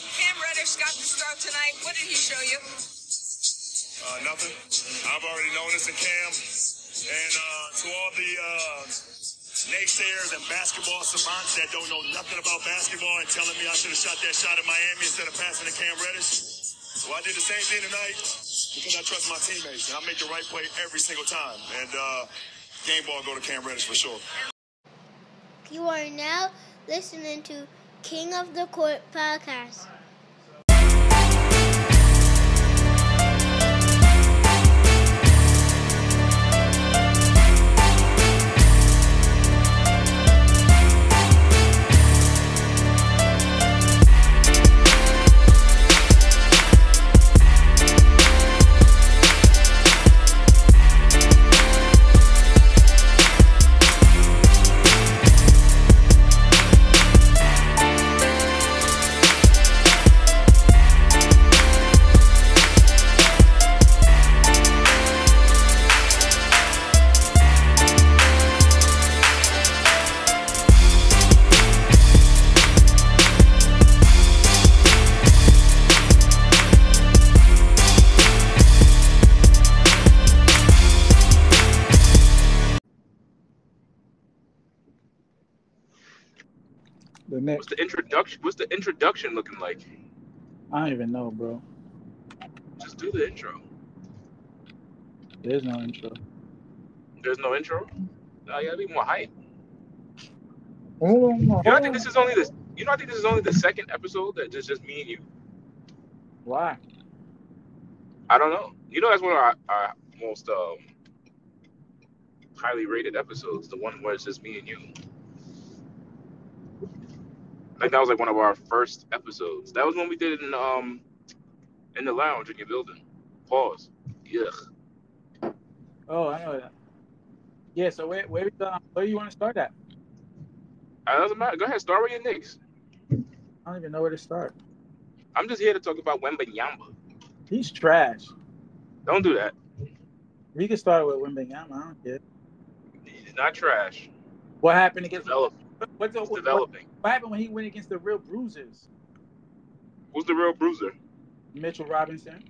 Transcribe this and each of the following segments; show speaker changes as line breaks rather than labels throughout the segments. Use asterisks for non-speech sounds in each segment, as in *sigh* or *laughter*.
Eric Scott, this is out tonight. What did he show you?
Uh, nothing. I've already known this in camp. And uh, to all the uh, naysayers and basketball savants that don't know nothing about basketball and telling me I should have shot that shot in Miami instead of passing to Cam Reddish, well, I did the same thing tonight because I trust my teammates and I make the right play every single time. And uh, game ball go to Cam Reddish for sure.
You are now listening to King of the Court podcast.
The next,
What's the introduction? What's the introduction looking like?
I don't even know, bro.
Just do the intro.
There's no intro.
There's no intro. Nah, you gotta be more hype.
Hold on,
You know, I think this is only the you know, I think this is only the second episode that just just me and you.
Why?
I don't know. You know, that's one of our, our most um, highly rated episodes. The one where it's just me and you. Like that was like one of our first episodes. That was when we did it in um in the lounge in your building. Pause. Yeah.
Oh, I know that. Yeah. So where where um, where you want to start at?
Uh, doesn't matter. Go ahead. Start with your Knicks.
I don't even know where to start.
I'm just here to talk about Wemba Nyamba.
He's trash.
Don't do that.
We could start with Wimbanyama. I don't care.
He's not trash.
What happened
He's
against?
developing.
What's the,
He's
what, what
developing.
happened when he went against the real bruisers?
Who's the real bruiser?
Mitchell Robinson.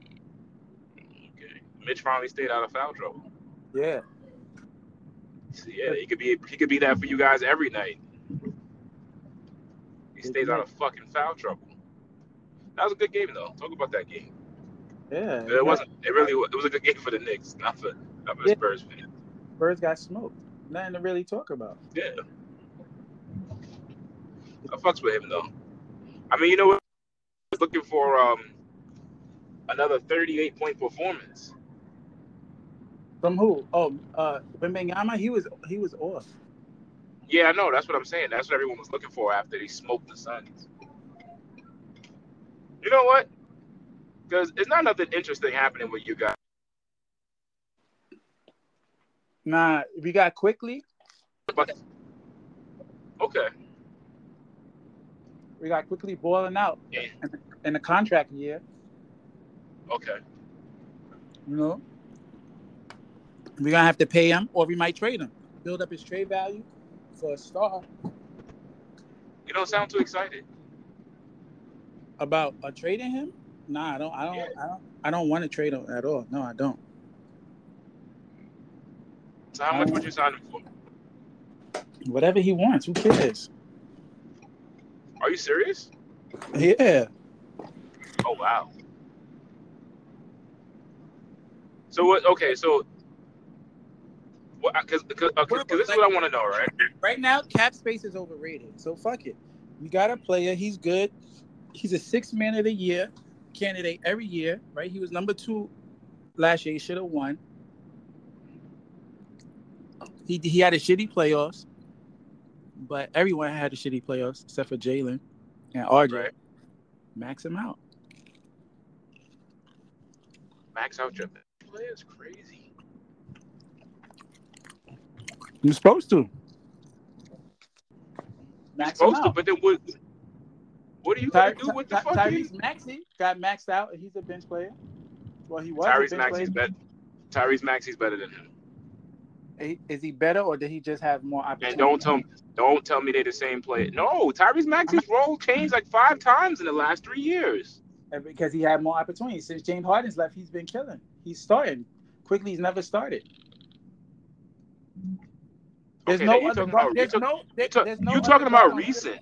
Okay. Mitch finally stayed out of foul trouble.
Yeah.
So, yeah, he could be he could be that for you guys every night. He stays out of fucking foul trouble. That was a good game though. Talk about that game.
Yeah.
It wasn't. It really. Was, it was a good game for the Knicks, not for not for the
Yeah.
Spurs fans.
Birds got smoked. Nothing to really talk about.
Yeah. I fucks with him though. I mean, you know what? I was looking for um another 38 point performance.
From who? Oh, uh, Wimbanyama. He was he was off.
Yeah, I know. That's what I'm saying. That's what everyone was looking for after they smoked the Suns. You know what? Because it's not nothing interesting happening with you guys.
Nah, we got quickly.
But okay,
We got quickly boiling out
Yeah.
in, in the contract year.
okay.
You know, we're gonna have to pay him, or we might trade him, build up his trade value for a star.
You don't sound too excited.
About uh, trading him? Nah, I don't. I don't. I don't. I don't want to trade him at all. No, I don't.
So how much would you sign him for?
Whatever he wants, who cares?
Are you serious?
Yeah,
Oh wow. So what? Okay, so what? Because because uh, this is what I want to know, right?
right now cap space is overrated, so fuck it. We got a player. He's good. He's a six man of the year candidate every year. Right? He was number two last year. He should have won. He he had a shitty playoffs, but everyone had a shitty playoffs except for Jalen and RJ.
Right.
Max him out.
Max out your play is crazy.
You're supposed to. Max him
Supposed to,
out.
but then what? What are you
Ty-
gonna do with the
Ty-
fucking
Tyrese Maxey got maxed out. and He's a bench player. Well, he was. a
Tyrese
bench
Maxey's
player.
better. Tyrese Maxey's better than him.
Is is he better or did he just have more
And
opportunity?
don't tell me, don't tell me they're the same player. No, Tyrese Maxey's role changed like five times in the last three years.
And because he had more opportunities. Since James Harden's left, he's been killing. He's starting. Quickly, he's never started. There's
Okay,
no
now you
other.
talking
guard-
about-
there's
you
no.
You
there-
talk,
there's no
you
other
talking
guard
about
on the field.
recent?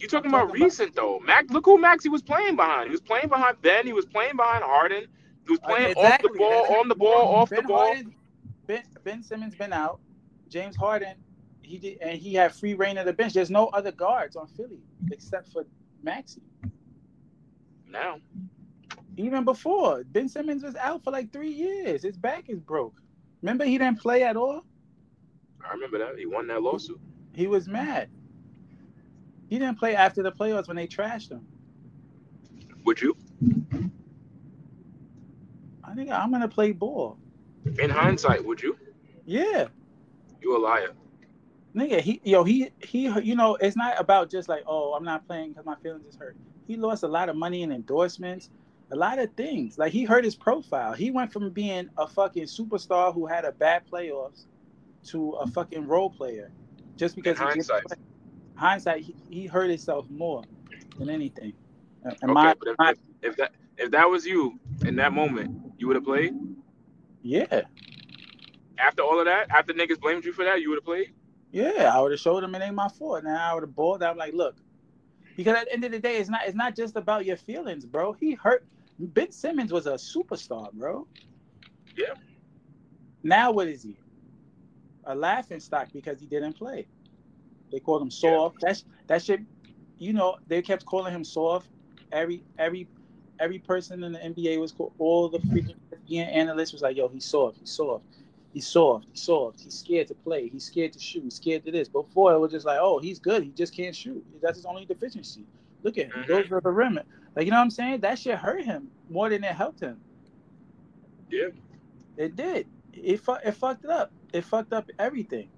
You talking
I'm
about
talking about-
recent though? Mac, look who Maxie was playing behind. He was playing behind Ben. He was playing behind Harden. He was playing off the
Uh, Exactly.
ball,
That's-
on the ball, off
Ben
the ball.
Harden- ben, ben Simmons been out. James Harden, he did, and he had free reign of the bench. There's no other guards on Philly except for Maxi.
Now
Even before Ben Simmons was out for like three years, his back is broke. Remember, he didn't play at all.
I remember that he won that lawsuit.
He was mad. He didn't play after the playoffs when they trashed him.
Would you?
I think "Ah, I'm gonna play ball.
In hindsight, would you?
Yeah.
You a liar.
Nigga, he yo he he you know it's not about just like oh I'm not playing because my feelings is hurt. He lost a lot of money in endorsements, a lot of things. Like he hurt his profile. He went from being a fucking superstar who had a bad playoffs to a fucking role player, just because he didn't
hindsight.
play. hindsight he, he hurt himself more than anything. And
Okay,
my,
but if,
my-
if, if that if that was you in that moment, you would have played.
yeah
After all of that, after niggas blamed you for that, you would have played.
yeah I would have showed him it ain't my fault. Now I would have balled. out like look, Because at the end of the day, it's not it's not just about your feelings, bro. He hurt. Ben Simmons was a superstar, bro.
Yeah.
Now what is he? A laughing stock because he didn't play. They called him soft. That's that shit. You know they kept calling him soft. Every every every person in the NBA was called. All the freaking NBA analysts was like, "Yo, he's soft. He's soft. He's soft. He's soft. He's scared to play. He's scared to shoot. He's scared to this." Before it was just like, "Oh, he's good. He just can't shoot. That's his only deficiency." Look at him.
Mhm.
Those are the rim. Like you know what I'm saying? That shit hurt him more than it helped him.
Yeah.
It did. It fu- it fucked it up. It fucked up everything.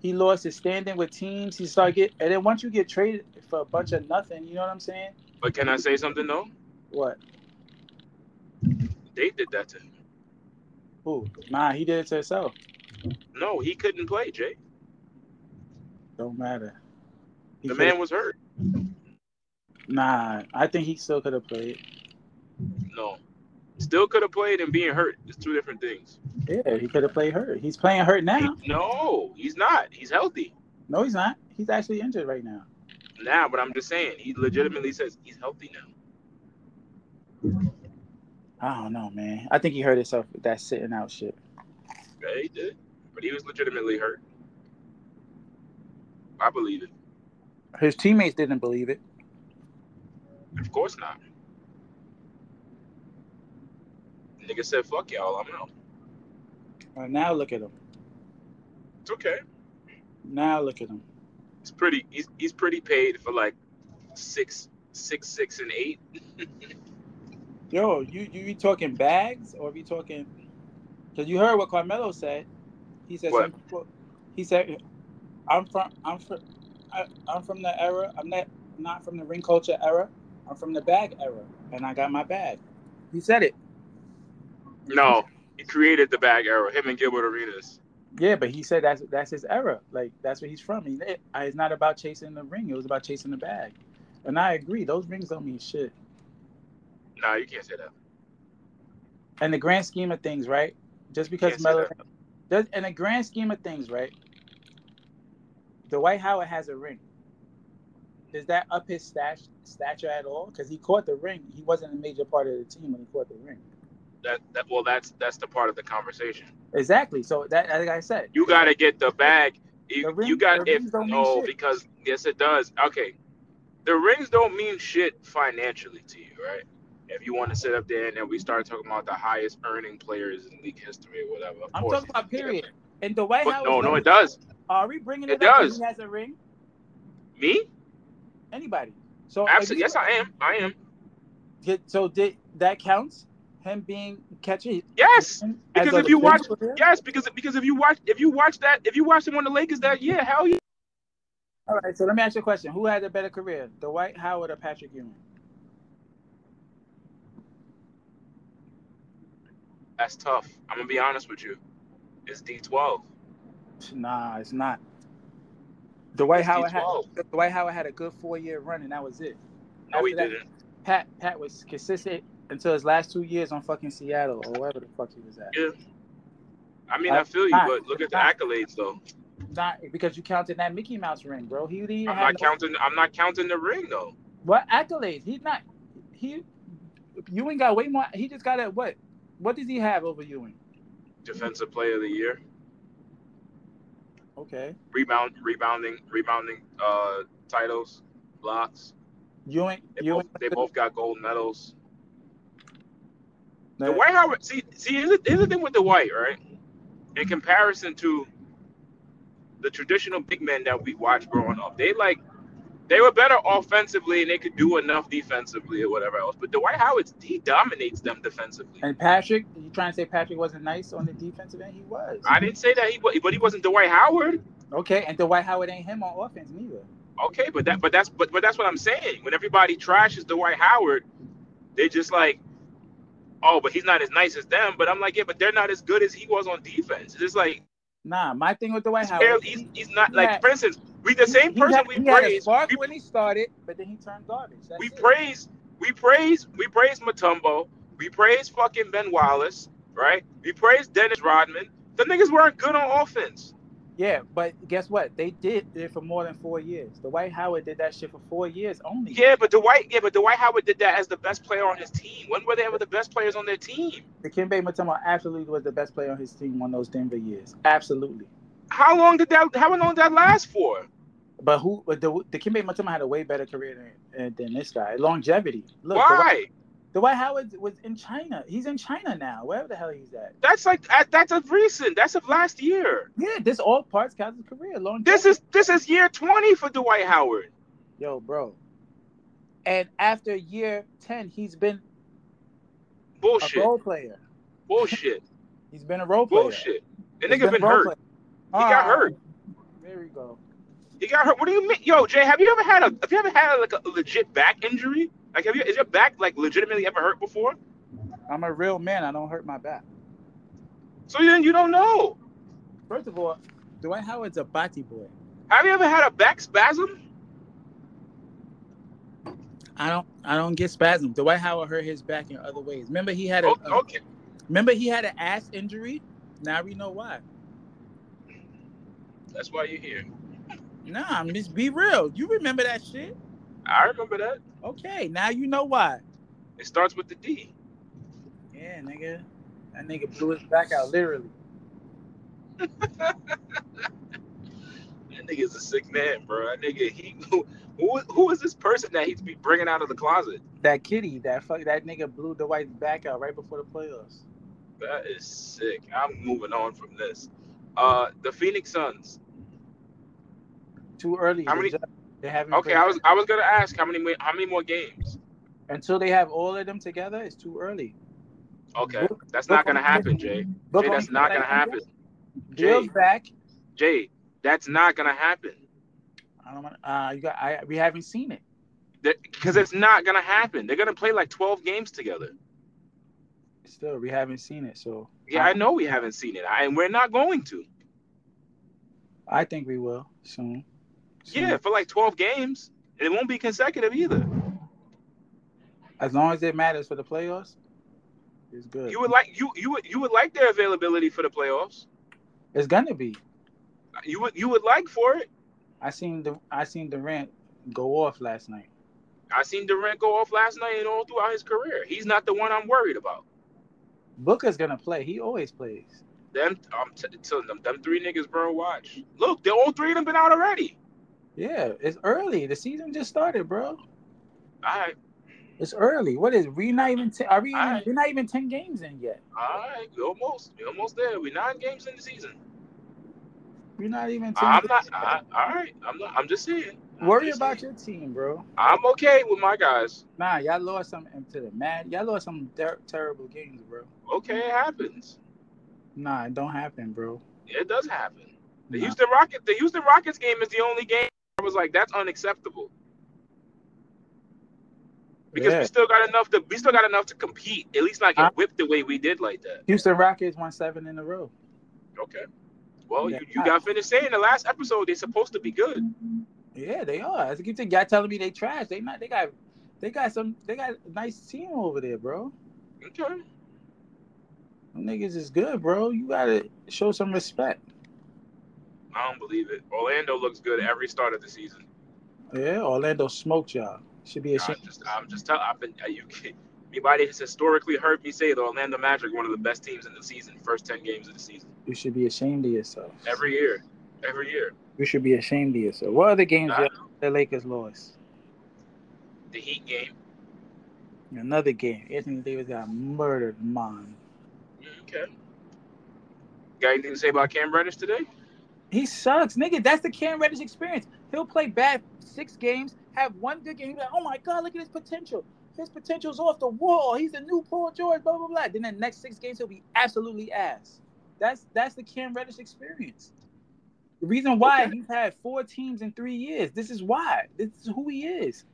He lost his standing with teams. He started get and then once you get traded for a bunch of nothing, you know what I'm saying?
But can I say something though?
What?
They did that to him.
Who? Nah, he did it to himself.
No, he couldn't play, Jay.
Don't matter. He
The
coulda-
man was hurt.
Nah, I think he still could have played.
No. Still could have played and being hurt. It's two different things.
Yeah, he could have played hurt. He's playing hurt now.
No, he's not. He's healthy.
No, he's not. He's actually injured right now.
Now, but I'm just saying, he legitimately says he's healthy now.
I don't know, man. I think he hurt himself with that sitting out shit.
Yeah, he did. But he was legitimately hurt. I believe it.
His teammates didn't believe it.
Of course not. Nigga said, fuck y'all, I'm out.
And now look at him.
It's okay.
Now look at him.
He's pretty he's he's pretty paid for like six six six and eight.
Yo, you you, you talking bags or we talking? Because you heard what Carmelo said. He said
What?
some people- He said, "I'm from I'm from I, I'm from the era. I'm not not from the ring culture era. I'm from the bag era, and I got my bag." He said it.
No. He created the bag era, him and Gilbert Arenas.
Yeah, but he said that's that's his era. Like that's where he's from. He, it, it's not about chasing the ring. It was about chasing the bag. And I agree. Those rings don't mean shit.
Nah, you can't say that.
in the grand scheme of things, right? Just
Can't
because
say
Melo, just in the grand scheme of things, right? Dwight Howard has a ring. Does that up his stash, stature at all? Because he caught the ring. He wasn't a major part of the team when he caught the ring.
That that well that's that's the part of the conversation.
Exactly. So that, like I said,
You gotta get the bag.
The
You,
ring-
you got
the
if
rings don't mean
no
shit.
because yes it does. Okay, the rings don't mean shit financially to you, right? If you want to sit up there and then we start talking about the highest earning players in league history or whatever, of
I'm
course.
talking about period. And Dwight
But
Howard.
no, no, it does.
Are we bringing it,
It
up? that
does.
He has a ring.
Me?
Anybody? So if
Absolutely.
Oh, you-
Yes, I am. I am.
did- So did that counts? Him being catching.
Yes.
as
Because
a
if you watch-
defensive player?
Yes, because because if you watch if you watch that if you watch him on the Lakers that yeah hell yeah
All right, so let me ask you a question. Who had a better career, Dwight Howard or Patrick Ewing?
that's tough. I'm gonna be honest with you. It's D12.
Nah, it's not. Dwight
It's
Howard had
D12.
Dwight Howard had a good four year run, and that was it.
No, he
After that-
didn't.
Pat Pat was consistent until his last two years on fucking Seattle or wherever the fuck he was at.
Yeah. I mean, I feel you, but look at the accolades, though.
Not because you counted that Mickey Mouse ring, bro. He didn't even
I'm
have
not
no-
counting. I'm not counting the ring, though.
what accolades. He's not he. Ewing got way more. He just got at what? What does he have over Ewing?
Defensive Player of the Year,
Okay,
rebound, rebounding, rebounding uh, titles, blocks.
Ewing.
They both,
Ewing.
they both got gold medals.
Nah.
Dwight Howard. See, see, here's the, here's the thing with Dwight, right? In comparison to the traditional big men that we watched growing up, they like they were better offensively and they could do enough defensively or whatever else. But Dwight Howard, he dominates them defensively.
And Patrick, you trying to say Patrick wasn't nice on the defensive end? He was.
I didn't say that he, wa- but he wasn't Dwight Howard.
Okay, and Dwight Howard ain't him on offense neither.
Okay, but that, but that's, but, but that's what I'm saying. When everybody trashes Dwight Howard, they just like, oh, but he's not as nice as them. But I'm like, yeah, but they're not as good as he was on defense. It's just like
Nah, my thing with Dwight
he's,
Howard.
barely- he's, he's not
he
like
had-
for instance we the same
he
person
had,
we
he had a
praise
spark
we,
when he started, but then he turned garbage. That's
we
it.
praise we praise we praise Matumbo we praise fucking Ben Wallace right we praise Dennis Rodman the niggas weren't good on offense
Yeah, but guess what? They did it for more than four years. Dwight Howard did that shit for four years only.
yeah but Dwight yeah but Dwight Howard did that as the best player on his team when were they ever the best players on their team
Dikembe Mutombo absolutely was the best player on his team on those Denver years. Absolutely.
how long did that how long did that last for
But who? But the Dikembe Mutombo had a way better career than, uh, than this guy. Longevity. Look, Dwight,
why
Dwight Howard was in China. He's in China now. Wherever the hell he's at.
that's like that- that's of recent that's of last year
Yeah, this all parts counts his career. Longevity.
this is this is year 20 for Dwight Howard
yo, bro. And after year ten, he's been a
bullshit
role player. *laughs*
bullshit
He's been a role player.
bullshit the
He's
nigga been,
a role
hurt
player.
He
Uh-huh.
got hurt.
There we go.
You got hurt. What do you mean, yo, Jay? Have you ever had a? Have you ever had like a legit back injury? Like, have you? Is your back like legitimately ever hurt before?
I'm a real man. I don't hurt my back.
So then you don't know.
First of all, Dwight Howard's a body boy.
Have you ever had a back spasm?
I don't I don't get spasm. Dwight Howard hurt his back in other ways. Remember he had a
O-
uh,
Okay.
remember he had an ass injury. Now we know why.
That's why you're here.
Nah, I'm just be real. You remember that shit?
I remember that.
Okay, now you know why.
It starts with the D.
Yeah, nigga. That nigga blew his back out literally.
That nigga's a sick man, bro. That nigga, he. *laughs* Who, who, who is this person that he's be bringing out of the closet?
That kitty, that fuck, that nigga blew Dwight's back out right before the playoffs.
That is sick. I'm moving on from this. Uh, the Phoenix Suns.
Too early.
How many-
They haven't.
Okay, I was I was gonna ask how many how many more games.
until they have all of them together. It's too early.
Okay, that's not gonna happen, Jay.
Book
Jay,
only
that's not
plays
gonna happen.
Bill's
Jay.
back.
Jay, that's not gonna happen.
I don't want. Uh, you got. I we haven't seen it.
Because it's not gonna happen. They're gonna play like twelve games together.
Still, we haven't seen it. So
Yeah, I know we haven't seen it, I, and we're not going to.
I think we will soon. Soon.
Yeah, for like twelve games, and it won't be consecutive either.
As long as it matters for the playoffs, it's good.
You would like you you would you would like their availability for the playoffs.
it's gonna be.
You would you would like for it.
I seen the. I seen Durant go off last night.
I seen Durant go off last night and all throughout his career. He's not the one I'm worried about.
Booker's gonna play. He always plays.
Them I'm t- telling them them three niggas, bro. Watch. Look, the all three of them been out already.
Yeah, it's early. The season just started, bro.
All right,
It's early. What is? We not even. Ten, are we? Even,
Alright.
We're not even ten games in yet.
all right, we almost we almost there. We nine games in the season.
We're not even. 10
I'm
games
not.
in.
I, all right. I'm not. I'm just saying. I'm
Worry
just
about
saying.
your team, bro.
I'm okay with my guys.
Nah, y'all lost some to the mad. Y'all lost some ter- terrible games, bro.
Okay, it happens.
Nah, it don't happen, bro.
It does happen. The
Nah.
Houston Rockets. The Houston Rockets game is the only game I was like, that's unacceptable because
Yeah. Uh,
we still got enough to we still got enough to compete. At least not
I-
get whipped the way we did like that.
Houston Rockets won seven in a row.
Okay. Well,
Yeah.
you, you got finished saying the last episode they're supposed to be good.
Yeah, they are. I keep thinking, y'all telling me they trash. They not. They got They got some. They got a nice team over there, bro.
Okay.
Them niggas is good, bro. You gotta show some respect.
I don't believe it. Orlando looks good every start of the season.
Yeah, Orlando smoked y'all. Should be a
I'm
shame.
just, I'm just telling. I've been. uh, You can, anybody has historically heard me say the Orlando Magic one of the best teams in the season, first ten games of the season,
You should be ashamed of yourself.
every year, every year.
You should be ashamed of yourself. What other games
Uh,
the Lakers lost?
the Heat game.
Another game. Anthony Davis got murdered, man.
Okay. Got anything to say about Cam Reddish today?
He sucks, nigga. That's the Cam Reddish experience. He'll play bad six games, have one good game. he'll be Like, oh my god, look at his potential. His potential's off the wall. He's the new Paul George. Blah blah blah. Then the next six games, he'll be absolutely ass. That's that's the Cam Reddish experience. The reason why he's had four teams in three years. This is why. This is who he is.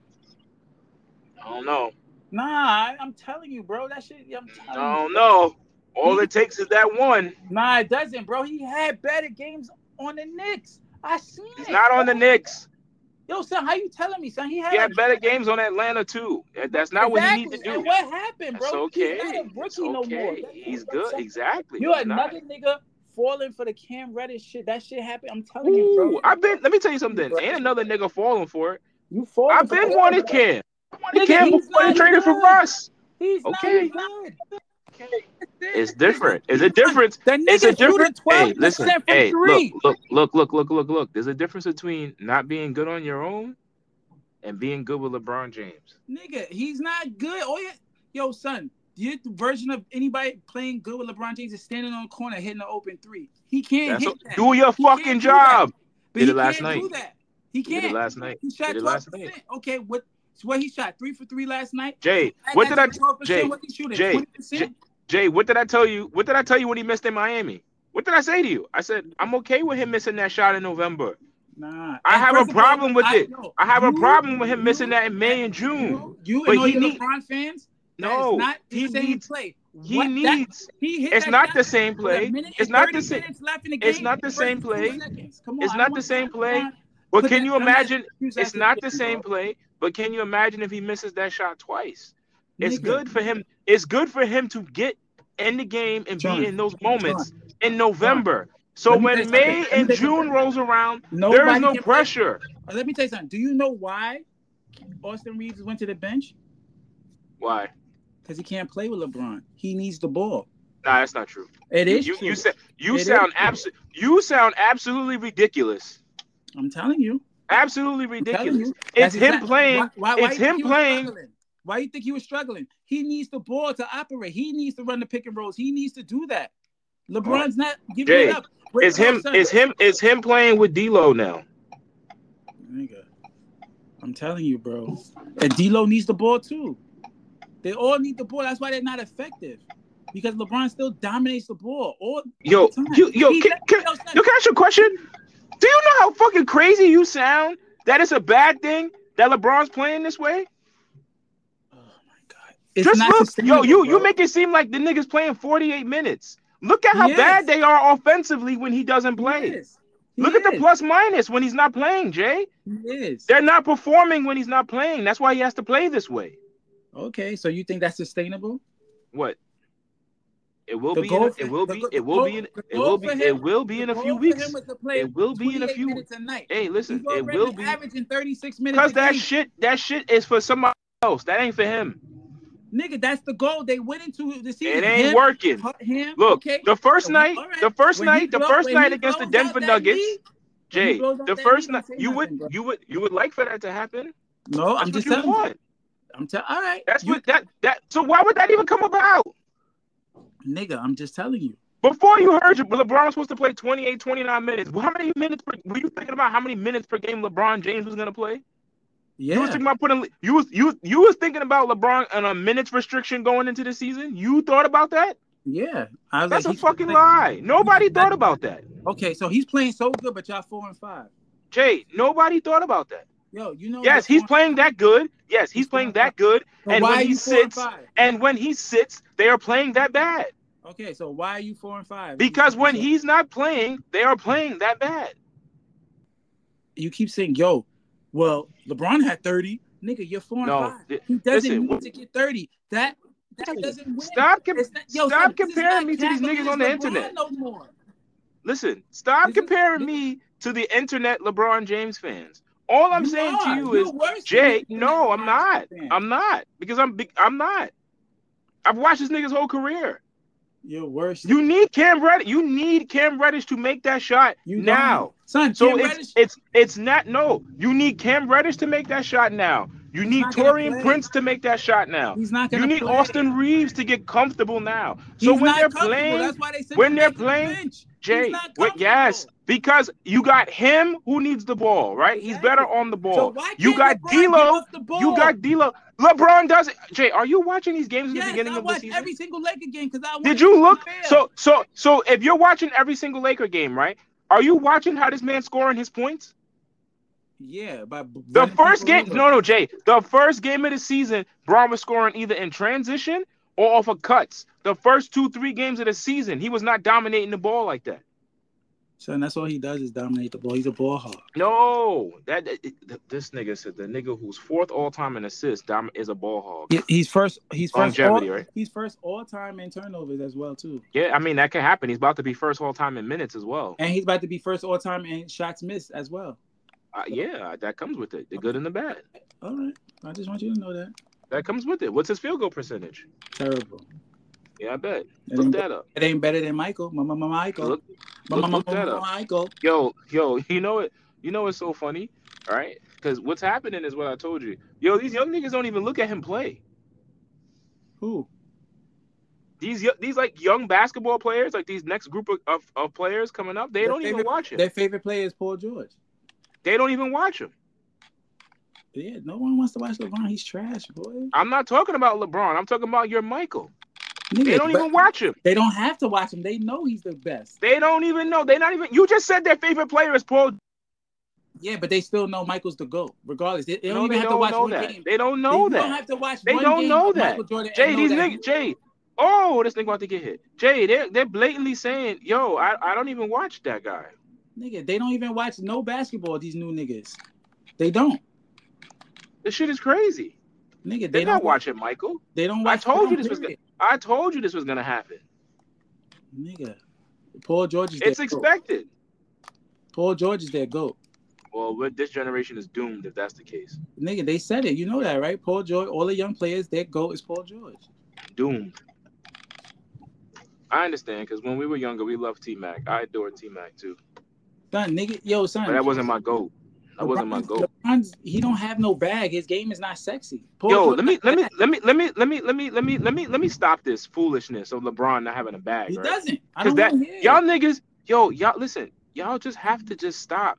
I don't know.
Nah, I, I'm telling you, bro. That shit. I'm
I
telling you.
don't know. All it takes is that one.
Nah, it doesn't, bro. He had better games on the Knicks. I seen
He's
it,
not on
bro.
the Knicks.
Yo, son, how you telling me, son? He had
He
like
had better games on Atlanta too. That's not what he needs to
And
do.
what happened,
That's
bro?
okay.
He's not a rookie
It's
no more.
okay.
That's
He's
what I'm
good.
saying.
Exactly.
You're
He's not.
another nigga falling for the Cam Reddish shit. That shit happened. I'm telling you,
Ooh,
bro.
I've been. Let me tell you something. Ain't another nigga falling for it.
You falling
I've
for
been
that.
wanting Cam. I wanted
Nigga,
Cam
he's
before he
not
traded for
good.
Russ.
He's
Okay.
not good.
It's different. It's a difference.
The
It's a
nigga shooting
difference. Hey,
12%
listen.
from
Hey,
three.
look, look, look, look, look, look, look. There's a difference between not being good on your own and being good with LeBron James.
Nigga, he's not good. Oh yeah, yo, son, your version of anybody playing good with LeBron James is standing on the corner hitting an open three. He can't
That's
hit
what-
that.
do your
He can't
fucking
do that.
job.
But
Did
he
it last
can't do
night.
that. He
Did it
can't.
last night.
He shot
Did it
twelve
last
percent.
night.
Okay, what? What he shot three for three last night.
Jay,
Add
what
that
did I?
to 12%,
Jay,
What he shooting?
Jay,
20%?
Jay, what did I tell you? What did I tell you when he missed in Miami? What did I say to you? I said I'm okay with him missing that shot in November.
Nah,
I
And
have a
first of all,
problem with it.
no,
I have a
you-
problem with him
you-
missing that in May and June.
You, you
But
and all
he
your
need-
LeBron fans. that is
No,
not the
he
same
needs.
play.
He
What- that-
needs.
he hit
It's
that
not
shot
the same
with a
play.
minute
It's
and
not
30
the same.
minutes left in the
it's
game
not the
in
same
32
play.
seconds. Come on,
It's
I
not
want
the same
that.
play.
Nah,
But
put
can
that
you
dumbass
imagine?
excuse
It's
after
not
game,
the same
bro.
play. But can you imagine if he misses that shot twice? It's
Nigga,
good for him. It's good for him to get in the game and
John,
be in those moments in
John,
November. So
let me tell you
when
something.
May
Let me
and
tell you
June rolls around,
Nobody
there is no
can play-
pressure.
Let me tell you something. Do you know why Austin Reeves went to the bench?
Why?
Because he can't play with LeBron. He needs the ball.
Nah, that's not true.
It is
You
true.
you said you
It is true.
sound absolutely you sound absolutely ridiculous.
I'm telling you.
Absolutely
I'm telling
ridiculous.
you.
It's
That's
him
exact-
playing. it's
you think
him
he was
playing.
struggling? Why you think he was struggling? He needs the ball to operate. He needs to run the pick and rolls. He needs to do that. LeBron's not giving
Jay,
it up. Wait,
It's him.
son.
It's him. It's him playing with D'Lo now.
Nigga, I'm telling you, bro. And D'Lo needs the ball too. They all need the ball. That's why they're not effective. Because LeBron still dominates the ball. All
Yo,
Sometimes.
you, yo,
He
can,
does-
can,
he does that.
yo, can I ask you a question? Do you know how fucking crazy you sound? That it's a bad thing that LeBron's playing this way.
oh my god. It's
Just
not
look, yo,
sustainable,
you you
bro.
make it seem like the niggas playing 48 minutes. Look at how
He is.
bad they are offensively when he doesn't
He
play.
is. He
Look at the
is.
plus minus when he's not playing, Jay.
He is.
They're not performing when he's not playing. That's why he has to play this way.
Okay, so you think that's sustainable?
What? It will
The
be.
goal
In,
for-
it will
the
be.
go-
It
the
will be.
goal-
In,
the
it
goal
will be.
for him-
It will be
the
in a
goal
few
for
weeks.
him was to play
It will be in a
28
few.
minutes a night.
Hey, listen.
He's
It
already
will be
averaging 36 minutes
because
a
that
game.
shit. That shit is for somebody else. That ain't for him.
Nigga, that's the goal they went into the season.
It ain't
Him,
working.
hu- Him,
Look,
okay.
the first
So he-
night.
all right.
The first
When he
night. The
blow-
first
when
night
he
against the
blows out
Denver
that
Nuggets.
lead, when he
Jay,
blows out
the
that
first
lead, don't
night.
say
You
nothing,
would.
bro.
You would. You would like for that to happen.
no,
That's
I'm
what
just
you
telling you.
want.
I'm telling. All right,
That's
you,
what that that. So why would that even come about?
nigga. I'm just telling you.
Before you heard you, LeBron was supposed to play 28, 29 minutes. How many minutes per, were you thinking about how many minutes per game LeBron James was gonna play? You
Yeah,
was thinking about putting you was you you was thinking about LeBron on a minutes restriction going into the season. You thought about that?
yeah. I was like,
That's a
he's
fucking
playing-
lie. Nobody thought about that.
Okay, so he's playing so good, but y'all four and five.
Jay, nobody thought about that.
Yo, you know.
Yes,
you're
he's
four-
playing that good. Yes,
He's
he's playing
playing
that good.
So
and
why
when
are
he
you four and
sits-
five?
And when he sits, they are playing that bad.
Okay, so why are you four and five?
Because
You-
when he's not playing, they are playing that bad.
you keep saying, "Yo, well, LeBron had 30. nigga, you're four and
No,
five.
th-
He doesn't
listen,
need to get thirty. That that doesn't win.
Stop com-
It's not- yo,
stop
son, this is
comparing
not
me to these
Cavaliers
niggas on the
LeBron
internet.
No more.
Listen, stop
This is-
comparing
this-
me to the internet LeBron James fans. All I'm
You
saying to
are.
you
You're
is,
worse than
Jay,
the
no, I'm
Cavaliers
not.
fan.
I'm not because I'm big. I'm not. I've watched this nigga's whole career.
You're worse.
You need Cam Reddish. You need Cam Reddish to make that shot
You
now.
don't. son.
So
Cam
it's
Reddish-
it's it's not no. You need Cam Reddish to make that shot now. You need
not gonna
Torian
play.
Prince to make that shot now.
he's not gonna.
You need
play.
Austin Reeves to get comfortable now.
He's
So when
not
they're
comfortable.
playing,
That's why they said
when
him
they're
back to the
playing,
bench. He's
Jay,
not
wait, yes,
comfortable.
because you got him who needs the ball, right? He's
Exactly.
better on the ball.
So why can't
you got
LeBron give
D'Lo.
us the ball?
You got D'Lo. LeBron doesn't. Jay, are you watching these games in
yes,
the beginning
I
of the
watched
season?
every single Laker game because I wanted
Did
to
you
be
look?
fair.
So, so, so, if you're watching every single Laker game, right? Are you watching how this man's scoring his points?
yeah, by b-
The
running
first
people
game,
over.
no, no, Jay. The first game of the season, Braun was scoring either in transition or off of cuts. The first two, three games of the season, he was not dominating the ball like that.
Son, that's all he does is dominate the ball. He's a ball hog.
No, that it- th- this nigga said the nigga who's fourth all time in assists dom- is a ball hog.
He- He's first. He's first. All,
Longevity, right?
he's first all time in turnovers as well too,
Yeah, I mean that can happen. He's about to be first all time in minutes as well.
and he's about to be first all time in shots missed as well.
Uh, yeah, that comes with it. The good and the bad.
All right, I just want you to know that.
That comes with it. What's his field goal percentage?
Terrible.
Yeah, I bet.
It
Look
ain't,
that up.
it ain't better than Michael. My, my, my Michael.
Look,
my,
look-
my, my,
look that
my-
up.
Michael.
yo, yo, *laughs* you know it. You know it's so funny, all right? Because what's happening is what I told you. Yo, these young niggas don't even look at him play.
Who?
These yo- these like young basketball players, like these next group of, of, of players coming up, they
Their
don't even
favorite-
watch him.
Their favorite player is Paul George.
They don't even watch him.
But yeah, no one wants to watch LeBron. He's trash, boy.
I'm not talking about LeBron. I'm talking about your Michael.
Nigga,
They don't
but
even watch him.
They don't have to watch him. They know he's the best.
They don't even know. They not even. You just said their favorite player is Paul.
Yeah, but they still know Michael's the goat. Regardless, they, they
no,
don't
they
even have to
don't
watch
know
one
that.
game.
They don't know
you
that.
don't have to watch
They
one
don't
game
know
of
that.
Michael Jordan and
Jay,
know
these
that
niggas, Jay, oh, this nigga about to get hit. Jay, they're, they're blatantly saying, yo, I, I don't even watch that guy.
he- nigga, they don't even watch no basketball. These new niggas, they don't.
This shit is crazy.
Nigga,
They're
they
not
don't watch.
watching Michael.
They don't
I
watch.
told you
film,
this was
period.
I told you this was going to happen.
Nigga, Paul George is
It's
their goat.
expected.
Paul George is their goat.
Well, we're- this generation is doomed if that's the case.
Nigga, they said it. You know that, right? Paul George. All the young players, their goat is Paul George.
Doomed. I understand because when we were younger, we loved T Mac. I adored T Mac too.
Son, nigga, yo, son.
But that wasn't my goal. That wasn't my
LeBron's-
goal.
LeBron's- he don't have no bag. His game is not sexy. Paul
Yo,
George
let me
got
let me
bag.
let me let me let me let me let me let me let me stop this foolishness of LeBron not having a bag.
He
right?
doesn't. I
Cause
don't
that
want to hear. it.
y'all niggas, yo, y'all listen, y'all just have to just stop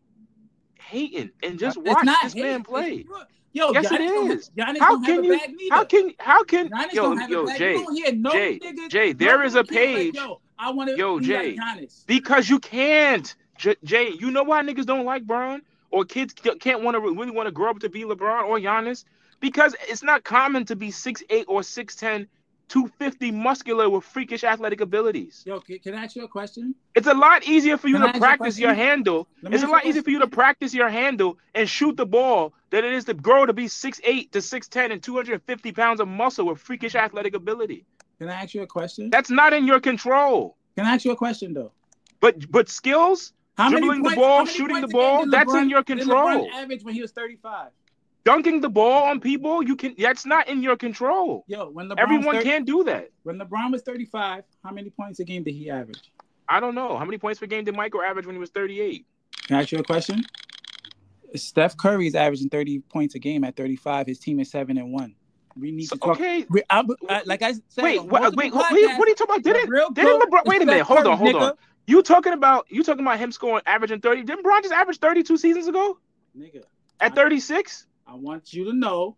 hating and just
It's
watch
not
this
hate.
man
It's
play.
pure- Yo,
Yes, it
Giannis don't have-
is.
Giannis
How
don't
can
have
you-
a bag neither.
How can how can
Giannis
yo
don't have a
yo
bag.
Jay
you don't hear no
Jay,
niggas.
Jay?
no
There is a
kid like,
page
yo, I want to
Yo,
be
Jay.
like Giannis.
because you can't. J- Jay, you know why niggas don't like Bron or kids c- can't want to really want to grow up to be LeBron or Giannis because it's not common to be 6'8 or 6'10, 250 muscular with freakish athletic abilities.
Yo, can, can I ask you a question?
It's a lot easier for you
Can I ask
to
you a
practice your
question?
handle.
Let me
It's a
ask you
lot
a
easier for you to practice your handle and shoot the ball than it is to grow to be 6'8 to 6'10 and 250 pounds of muscle with freakish athletic ability.
Can I ask you a question?
That's not in your control.
Can I ask you a question though?
But but skills,
How
Dribbling the
points-
ball,
how many
shooting
points
the
a game
ball,
did
that's in your
did
control.
LeBron average when he was 35.
dunking the ball on people, you can that's not in your control.
Yo, when LeBron was
Everyone
30
can't do that.
when LeBron was 35, how many points a game did he average?
I don't know. How many points per game did Michael average when he was 38?
Can I ask you a question? Steph Curry is averaging 30 points a game at 35. His team is seven and one. We need
So,
to talk.
okay.
We, I, I- like I said,
Wait,
on
wha-
multiple
wait, what, wait,
podcasts,
what are you talking about?
the
Didn't
real
didn't
goat
LeBron
is
wait a minute,
Steph
hold
Curry,
on, hold
nigga.
on. You talking about you talking about him scoring averaging 30. Didn't Bron just average 32 seasons ago?
Nigga,
At 36?
I want you to know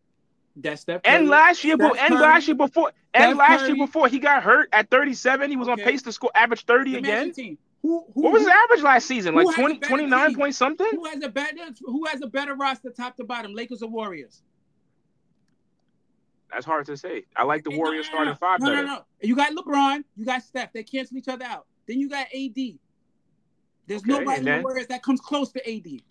that Steph Curry,
And last year, but
Steph
and
Curry-
last year before, and
Steph
last year
Curry-
before he got hurt at 37, he was on
e Okay.
pace to score average 30
Let me ask you
again.
a team. Who who,
What was his
who,
average last season?
who
Like
has a
20,
better
29
team?
point something?
who has a better who has a better roster top to bottom, Lakers or Warriors?
That's hard to say. I like the
Ain't no-
Warriors
no, no,
starting five
No,
better.
no, no. You got LeBron, you got Steph. They cancel each other out. Then you got AD. There's
Okay,
nobody
and
in
then?
the Warriors that comes close to AD.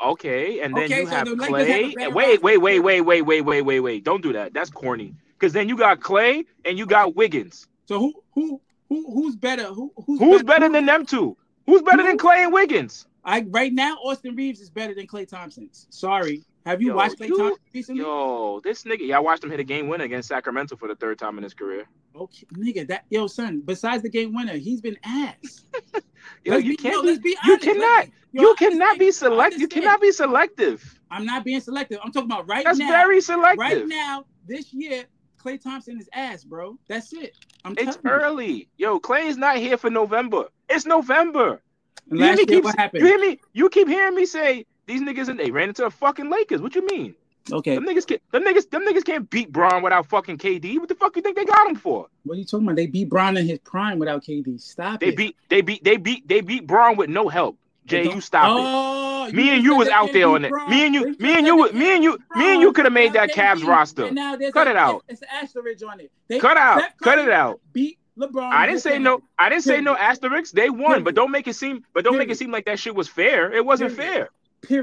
Okay, and then
Okay,
you
so
have
the Lakers have a
Clay.
better
wait, wait,
roster.
wait, wait, wait, wait, wait, wait, wait. Don't do that. That's corny. Because then you got Clay and you got Wiggins.
So who who who who's better? Who who's,
Who's better than them two? Who's better than Clay and Wiggins?
I right now Austin Reeves is better than Clay Thompson. Sorry. Have you
Yo,
watched Clay
you-
Thompson recently?
Yo, this nigga. Yeah, I watched him hit a game winner against Sacramento for the third time in his career.
Okay, nigga, that yo son. Besides the game winner, he's been ass.
*laughs* Yo,
Let's
you
be- yo,
can't.
let's be
you
honest.
cannot-
Let's be- yo, I
you
understand.
cannot be select. You
understand.
cannot be selective.
I'm not being selective. I'm talking about right
That's
now.
very selective.
right now, this year, Clay Thompson is ass, bro. That's it. I'm
It's
telling you.
early. Yo, Clay's not here for November. It's November.
And
You hear,
Last
me
year,
keep,
what
you
happened?
hear me? You keep hearing me say these niggas and they ran into the fucking Lakers. What you mean?
Okay,
Them niggas can't. Them niggas. Them niggas can't beat Braun without fucking KD. What the fuck you think they got him for?
what are you talking about? They beat Bron in his prime without KD. Stop
They
it.
beat. They beat. They beat. They beat Braun with no help.
They
Jay,
don't-
you stop it.
oh,
Me
just
and you
said
was
they
out
can't
there
beat
on it.
Bron.
Me and you-
just
me and
said
you
they
was- me
can't
and you-
beat
me and
Bron
you coulda made
without
that Cavs
KD,
roster.
and now there's
Cut
a-
it out.
It's, it's an asterisk on it. They,
Cut out.
Steph
Cut
Curry
it out.
Beat LeBron.
I didn't
with
say
him.
no. I didn't say no
Period.
asterisks. They won, but
Period.
don't make it seem. But don't make
Period.
it seem like that shit was fair. It wasn't
Period.
fair.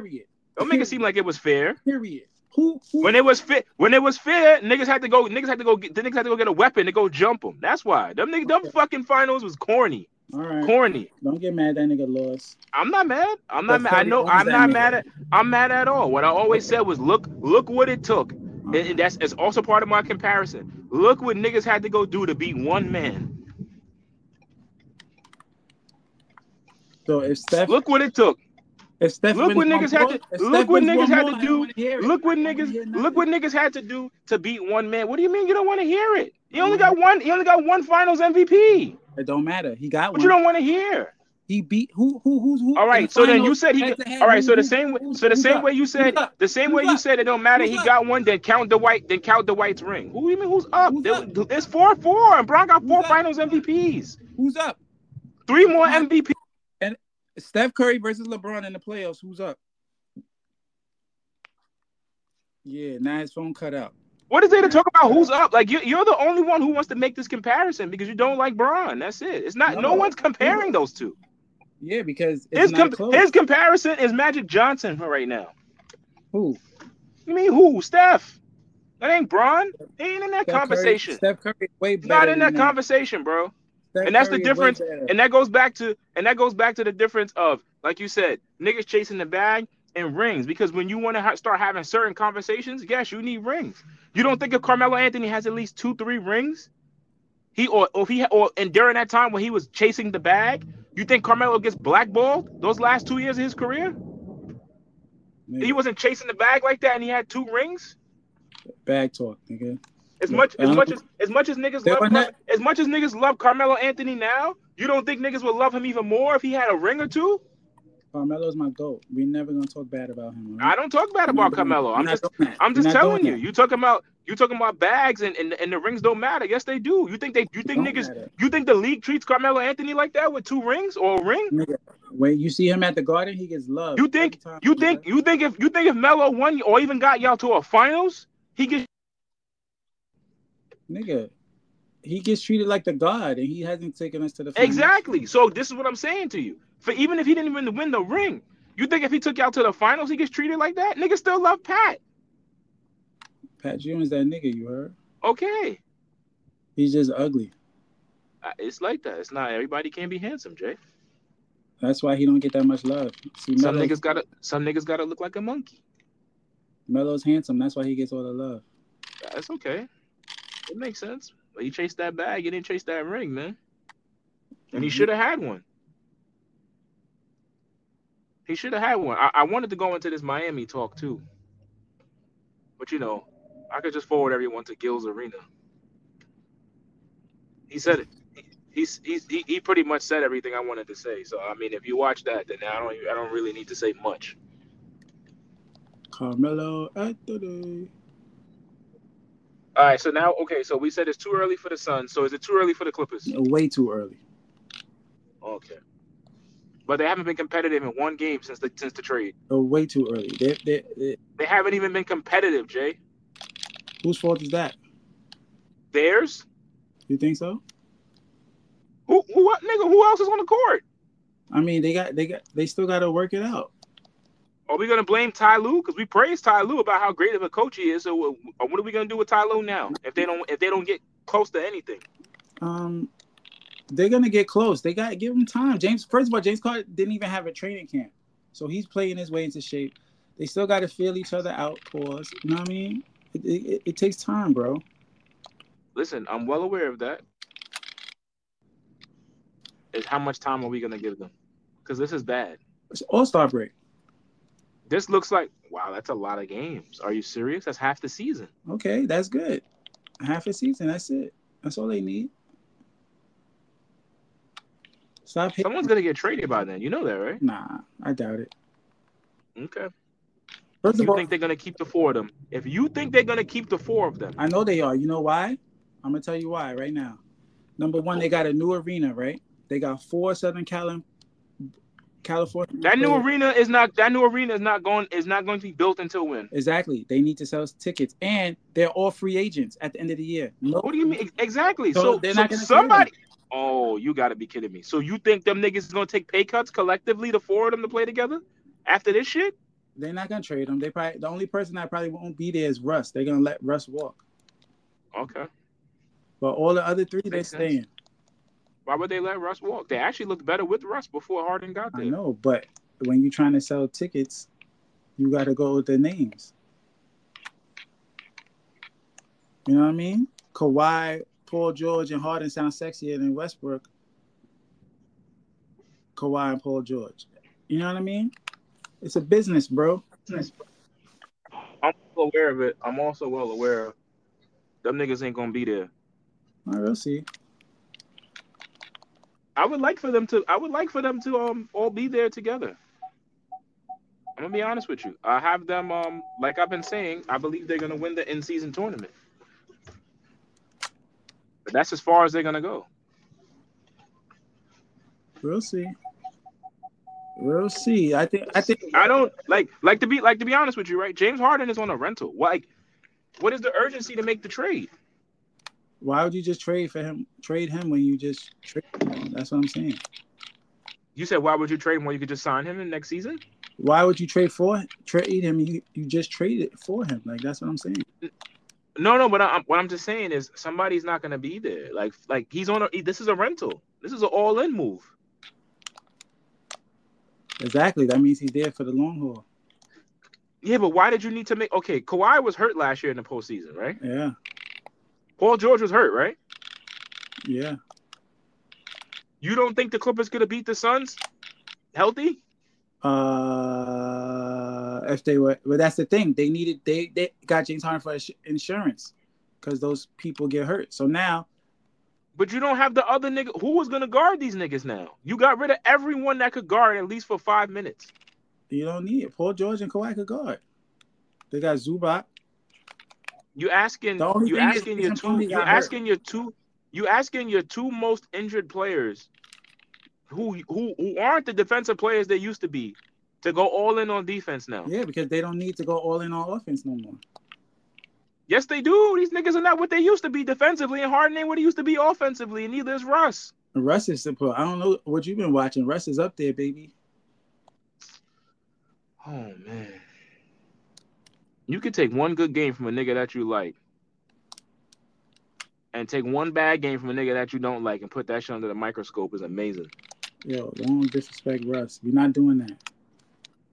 Period.
Don't make it seem like it was fair.
Period. Who? who
When it was fit, when it was fair, niggas had to go. Niggas had to go. Get, the niggas had to go get a weapon to go jump them. That's why them niggas. Them
Okay.
fucking finals was corny.
All right.
Corny.
Don't get mad. That nigga lost.
I'm not mad. I'm not
But
mad. I
Curry
know
owns
I'm
that
not
nigga.
mad at I'm mad at all. What I always said was look look what it took. And, and that's it's also part of my comparison. Look what niggas had to go do to beat one man.
So if Steph,
Look what it took.
if Steph
look
wins
what
one
niggas had to-
more- if
look
Steph
what
wins
niggas
one
had
more,
to
I don't
do.
wanna hear it.
Look what
I don't wanna hear
niggas look what
nothing.
niggas had to do to beat one man. What do you mean you don't want to hear it? You only got one you only got one finals MVP.
It don't matter. He got
But
one.
you don't want to hear.
he beat who? Who? Who's who?
All
in
right,
the
so then you
finals,
said he.
head-to-head,
All right,
who's
so the
who?
same. way-
Who's-
So the
who's
same
up?
way you said.
Who's up?
The same
Who's
way you
up?
said it don't matter.
Who's
He
up?
got one. Then count the white. Then count the white's ring. Who do you mean? Who's up?
Who's
There- It's four four, and Bron got
Who's
four
up?
Finals MVPs.
Who's up?
Three more
Who's up?
MVP.
Steph Curry versus LeBron in the playoffs. Who's up? Yeah, now his phone cut out.
What is there to talk about? Who's up? Like you, you're the only one who wants to make this comparison because you don't like Bron. That's it. It's not. No,
No.
one's comparing those two.
Yeah, because it's
His,
not
com-
close.
his comparison is Magic Johnson for right now.
Who?
You mean who? Steph. That ain't Bron. He ain't in that
Steph
conversation.
Curry, Steph Curry way
He's
better.
not in that
than
conversation, bro.
Steph
and that's the
Curry is way
difference-
better.
And that goes back to and that goes back to the difference of like you said, niggas chasing the bag and rings because when you want to ha- start having certain conversations, yes, you need rings. You don't think if Carmelo Anthony has at least 2 3 rings? He or, or if he or and during that time when he was chasing the bag, you think Carmelo gets blackballed those last 2 years of his career?
Nigga,
He wasn't chasing the bag like that and he had two rings?
Bag talk, nigga.
As
Yeah,
much as
um,
much as as much as niggas
they
love
were not-
Car- as much as niggas love Carmelo Anthony now, you don't think niggas would love him even more if he had a ring or two?
Carmelo's my goat. We never gonna talk bad about him.
I don't talk bad about Carmelo. I'm just I'm just telling you. You talking about you talking about bags and, and and the rings don't matter. Yes, they do. You think they you think niggas you think the league treats Carmelo Anthony like that with two rings or a ring?
Nigga, when you see him at the garden, he gets love.
You think-
every time,
You
nigga.
think you think if you think if Melo won or even got y'all to a finals, he gets
nigga, he gets treated like the god, and he hasn't taken us to the finals.
exactly. So this is what I'm saying to you. For even if he didn't even win the ring, you think if he took y'all to the finals, he gets treated like that? Niggas still love Pat.
Pat June's that nigga. You heard?
Okay,
He's just ugly.
Uh, it's like that. It's not everybody can be handsome, Jay.
That's why he don't get that much love. See,
Some
Melo's,
niggas gotta some niggas gotta look like a monkey.
Melo's handsome. That's why he gets all the love.
That's okay. It makes sense. But you chased that bag, you didn't chase that ring, man. And he
Mhm.
should have had one. He should have had one. I-, I wanted to go into this Miami talk too. But you know, I could just forward everyone to Gil's Arena. He said it. He's, he's, he, he pretty much said everything I wanted to say. So I mean, if you watch that, then I don't I don't really need to say much.
Carmelo uh, Anthony.
All right. So now, okay. So we said it's too early for the Suns. So is it too early for the Clippers?
Way too early.
Okay. But they haven't been competitive in one game since the since the trade.
Way too early. They, they, they,
They haven't even been competitive, Jay.
whose fault is that?
Theirs?
You think so?
Who who el- nigga, who else is on the court?
I mean, they got they got they still got to work it out.
Are we gonna blame Ty Lue? Because we praised Ty Lue about how great of a coach he is. So what what are we gonna do with Ty Lue now if they don't if they don't get close to anything?
Um, they're gonna get close. They got to give him time. James, first of all, James Carter didn't even have a training camp, so he's playing his way into shape. They still got to feel each other out. Pause. You know what I mean? It, it, it takes time, bro.
Listen, I'm well aware of that. Is how much time are we gonna give them? Because this is bad.
It's All Star break.
This looks like wow, that's a lot of games. Are you serious? That's half the season.
Okay, that's good. Half a season. That's it. That's all they need. Stop hitting.
Someone's gonna get traded by then. You know that, right?
Nah, I doubt it.
Okay.
First of
You
all,
think they're gonna keep the four of them? If you think they're gonna keep the four of them,
I know they are. You know why? I'm gonna tell you why right now. Number one, they got a new arena, right? They got four Southern Cali- California.
that new
players.
arena is not that new arena is not going is not going to be built until when?
Exactly. They need to sell tickets, and they're all free agents at the end of the year. No,
What do you mean Ex- exactly?
So
So,
they're
so
not gonna
somebody. Oh, you gotta be kidding me! So you think them niggas is gonna take pay cuts collectively, the four of them to play together after this shit?
They're not gonna trade them. They probably the only person that probably won't be there is Russ. They're gonna let Russ walk,
Okay.
but all the other three they're
Makes sense.
staying.
Why would they let Russ walk? They actually looked better with Russ before Harden got
I
there.
know, but when you're trying to sell tickets, you got to go with the names. You know what I mean? Kawhi, Paul George, and Harden sound sexier than Westbrook. Kawhi and Paul George. You know what I mean? It's a business, bro.
I'm well aware of it. I'm also well aware of them niggas ain't gonna be there.
I will see.
I would like for them to. I would like for them to um all be there together. I'm gonna be honest with you. I have them um like I've been saying. I believe they're gonna win the in season tournament. But that's as far as they're gonna go.
We'll see. We'll see. I think. I think.
I don't like like to be like to be honest with you, right? James Harden is on a rental. Like, what is the urgency to make the trade?
Why would you just trade for him? Trade him when you just trade him? That's what I'm saying.
You said why would you trade him when you could just sign him in next season?
why would you trade for trade him? You you just traded for him. Like that's what I'm saying.
No, no. But I, what I'm just saying is somebody's not gonna be there. Like like he's on a. This is a rental. This is an all in move.
Exactly. That means he's there for the long haul.
Yeah, but why did you need to make? Okay, Kawhi was hurt last year in the postseason, right?
Yeah,
Paul George was hurt, right?
yeah.
You don't think the Clippers could have beat the Suns healthy?
Uh, if they were, but that's the thing. They needed they they got James Harden for ins- insurance because those people get hurt. So now
But you don't have the other nigga. Who was gonna guard these niggas now? You got rid of everyone that could guard at least for five minutes.
you don't need it. Paul George and Kawhi could guard. They got Zubac.
You asking
The only
you
thing is
asking your
Jason
two
Kidd
you
got hurt.
asking your two you asking your two most injured players who who who aren't the defensive players they used to be to go all in on defense now.
Yeah, because they don't need to go all in on offense no more.
Yes, they do. These niggas are not what they used to be defensively, and Harden ain't what he used to be offensively, and neither is Russ.
Russ is the pro. I don't know what you've been watching. Russ is up there, baby.
Oh man. You could take one good game from a nigga that you like. And take one bad game from a nigga that you don't like and put that shit under the microscope is amazing.
Yo, don't disrespect Russ. We're not doing that.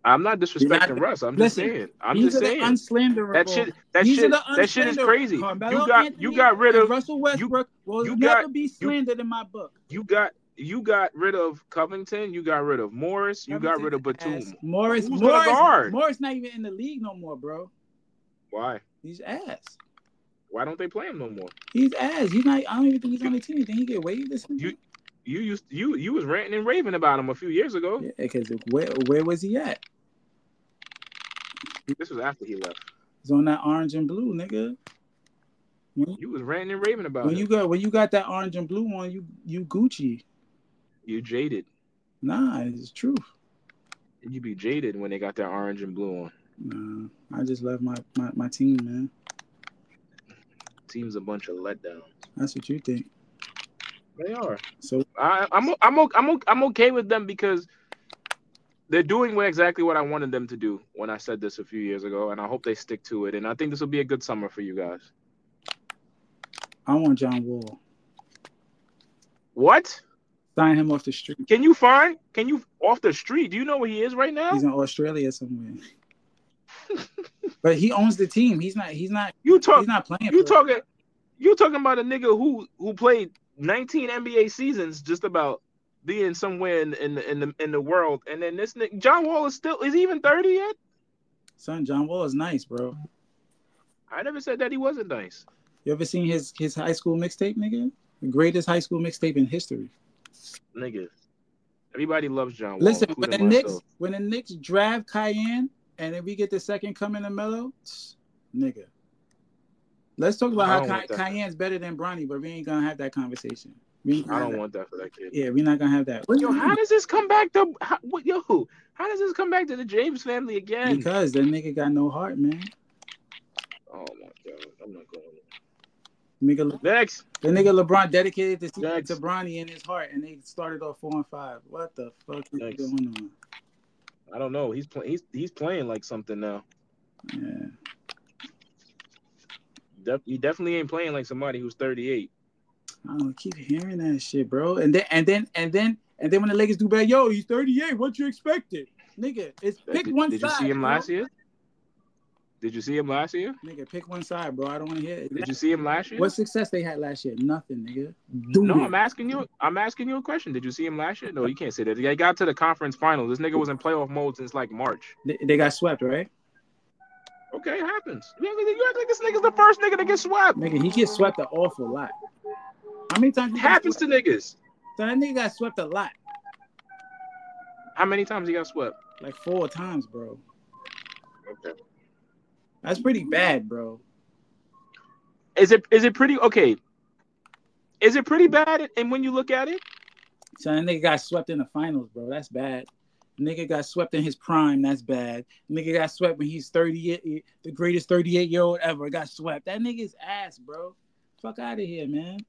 I'm not disrespecting
You're not-
Russ. I'm
Listen,
just saying. I'm
These
just
are the
saying.
unslanderable.
that shit that
These are
shit
the
that shit is
unslanderable.
crazy.
Carmelo
you got
Anthony
you got rid
and
of
Russell Westbrook will
you
never
got-
be slandered in my book.
you got you got rid of Covington, you got rid of Morris, you got rid of Batum.
Ass. Morris.
Who's gonna
Morris.
guard?
Morris not even in the league no more, bro.
Why?
He's ass.
Why don't they play him no more?
He's ass. He's not. I don't even think he's on the team. You think he get waived this season?
You- You used you you was ranting and raving about him a few years ago.
yeah, because where where was he at?
This was after he left.
He's on that orange and blue, nigga. When,
You was ranting and raving about
when
him.
you
You,
got when you got that orange and blue one, you you Gucci.
jaded.
Nah, it's true.
You be jaded when they got that orange and blue on.
Nah, I just love my my, my team, man.
Team's a bunch of letdowns.
That's what you think.
They are.
So
I, I'm o- I'm o- I'm o- I'm okay with them because they're doing what, exactly what I wanted them to do when I said this a few years ago, and I hope they stick to it. And I think this will be a good summer for you guys.
I want John Wall.
What?
Sign him off the street.
Can you find? Can you off the street? Do you know where he is right now?
He's in Australia
*laughs*
somewhere. but he owns the team. He's not. He's not.
You talk.
He's not playing.
You
for-
talking? You talking about a nigga who who played 19 NBA seasons just about being somewhere in in the in the, in the world, and then this nigga John Wall is still is he even 30 yet?
son. John Wall is nice, bro.
I never said that he wasn't nice.
You ever seen his his high school mixtape, nigga? The greatest high school mixtape in history.
Nigga, everybody loves John Wall.
Listen, when the
including
Knicks
myself.
when the Knicks draft Cayenne and then we get the second coming of Melo, tsk, nigga. Let's talk about
I
how
don't
Ky-
want that.
Cayenne's better than Bronny, but we ain't gonna have that conversation. We ain't
I
gonna have
don't
that.
want that for that kid.
Yeah, we're not gonna have that.
Yo, how does this come back to how, what, yo? How does this come back to the James family again?
Because that nigga got no heart, man.
oh my god, I'm not going. there.
Nigga, Le-
Next,
the nigga LeBron dedicated this season
Next.
to Bronny in his heart, and they started off four and five. What the fuck is
Next.
going on?
I don't know. He's playing. He's he's playing like something now.
Yeah.
Def- he definitely ain't playing like somebody who's 38.
I don't keep hearing that shit, bro. And then and then and then and then when the Lakers do bad, yo, he's 38. What you expected? Nigga, it's pick
did,
one
did
side.
you see him
bro.
last year? Did you see him last year?
Nigga, pick one side, bro. I don't want to hear it.
Did you see him last year?
What success they had last year? Nothing, nigga. Do
no,
it.
I'm asking you. I'm asking you a question. Did you see him last year? No, you can't say that. He got to the conference finals. This nigga was in playoff mode since like March.
They, they got swept, right?
Okay, it happens. You act like- you act like this nigga's the first nigga to get swept.
Nigga, he gets swept an awful lot. How many times
It
he got
happens
swept?
to niggas.
So that nigga got swept a lot,
How many times he got swept?
like four times, bro.
Okay.
That's pretty bad, bro.
Is it is it pretty okay? Is it pretty bad? And when you look at it,
So that nigga got swept in the finals, bro. That's bad. Nigga got swept in his prime. That's bad. Nigga got swept when he's 38, the greatest 38 year old ever. Got swept. That nigga's ass, bro. Fuck out of here, man.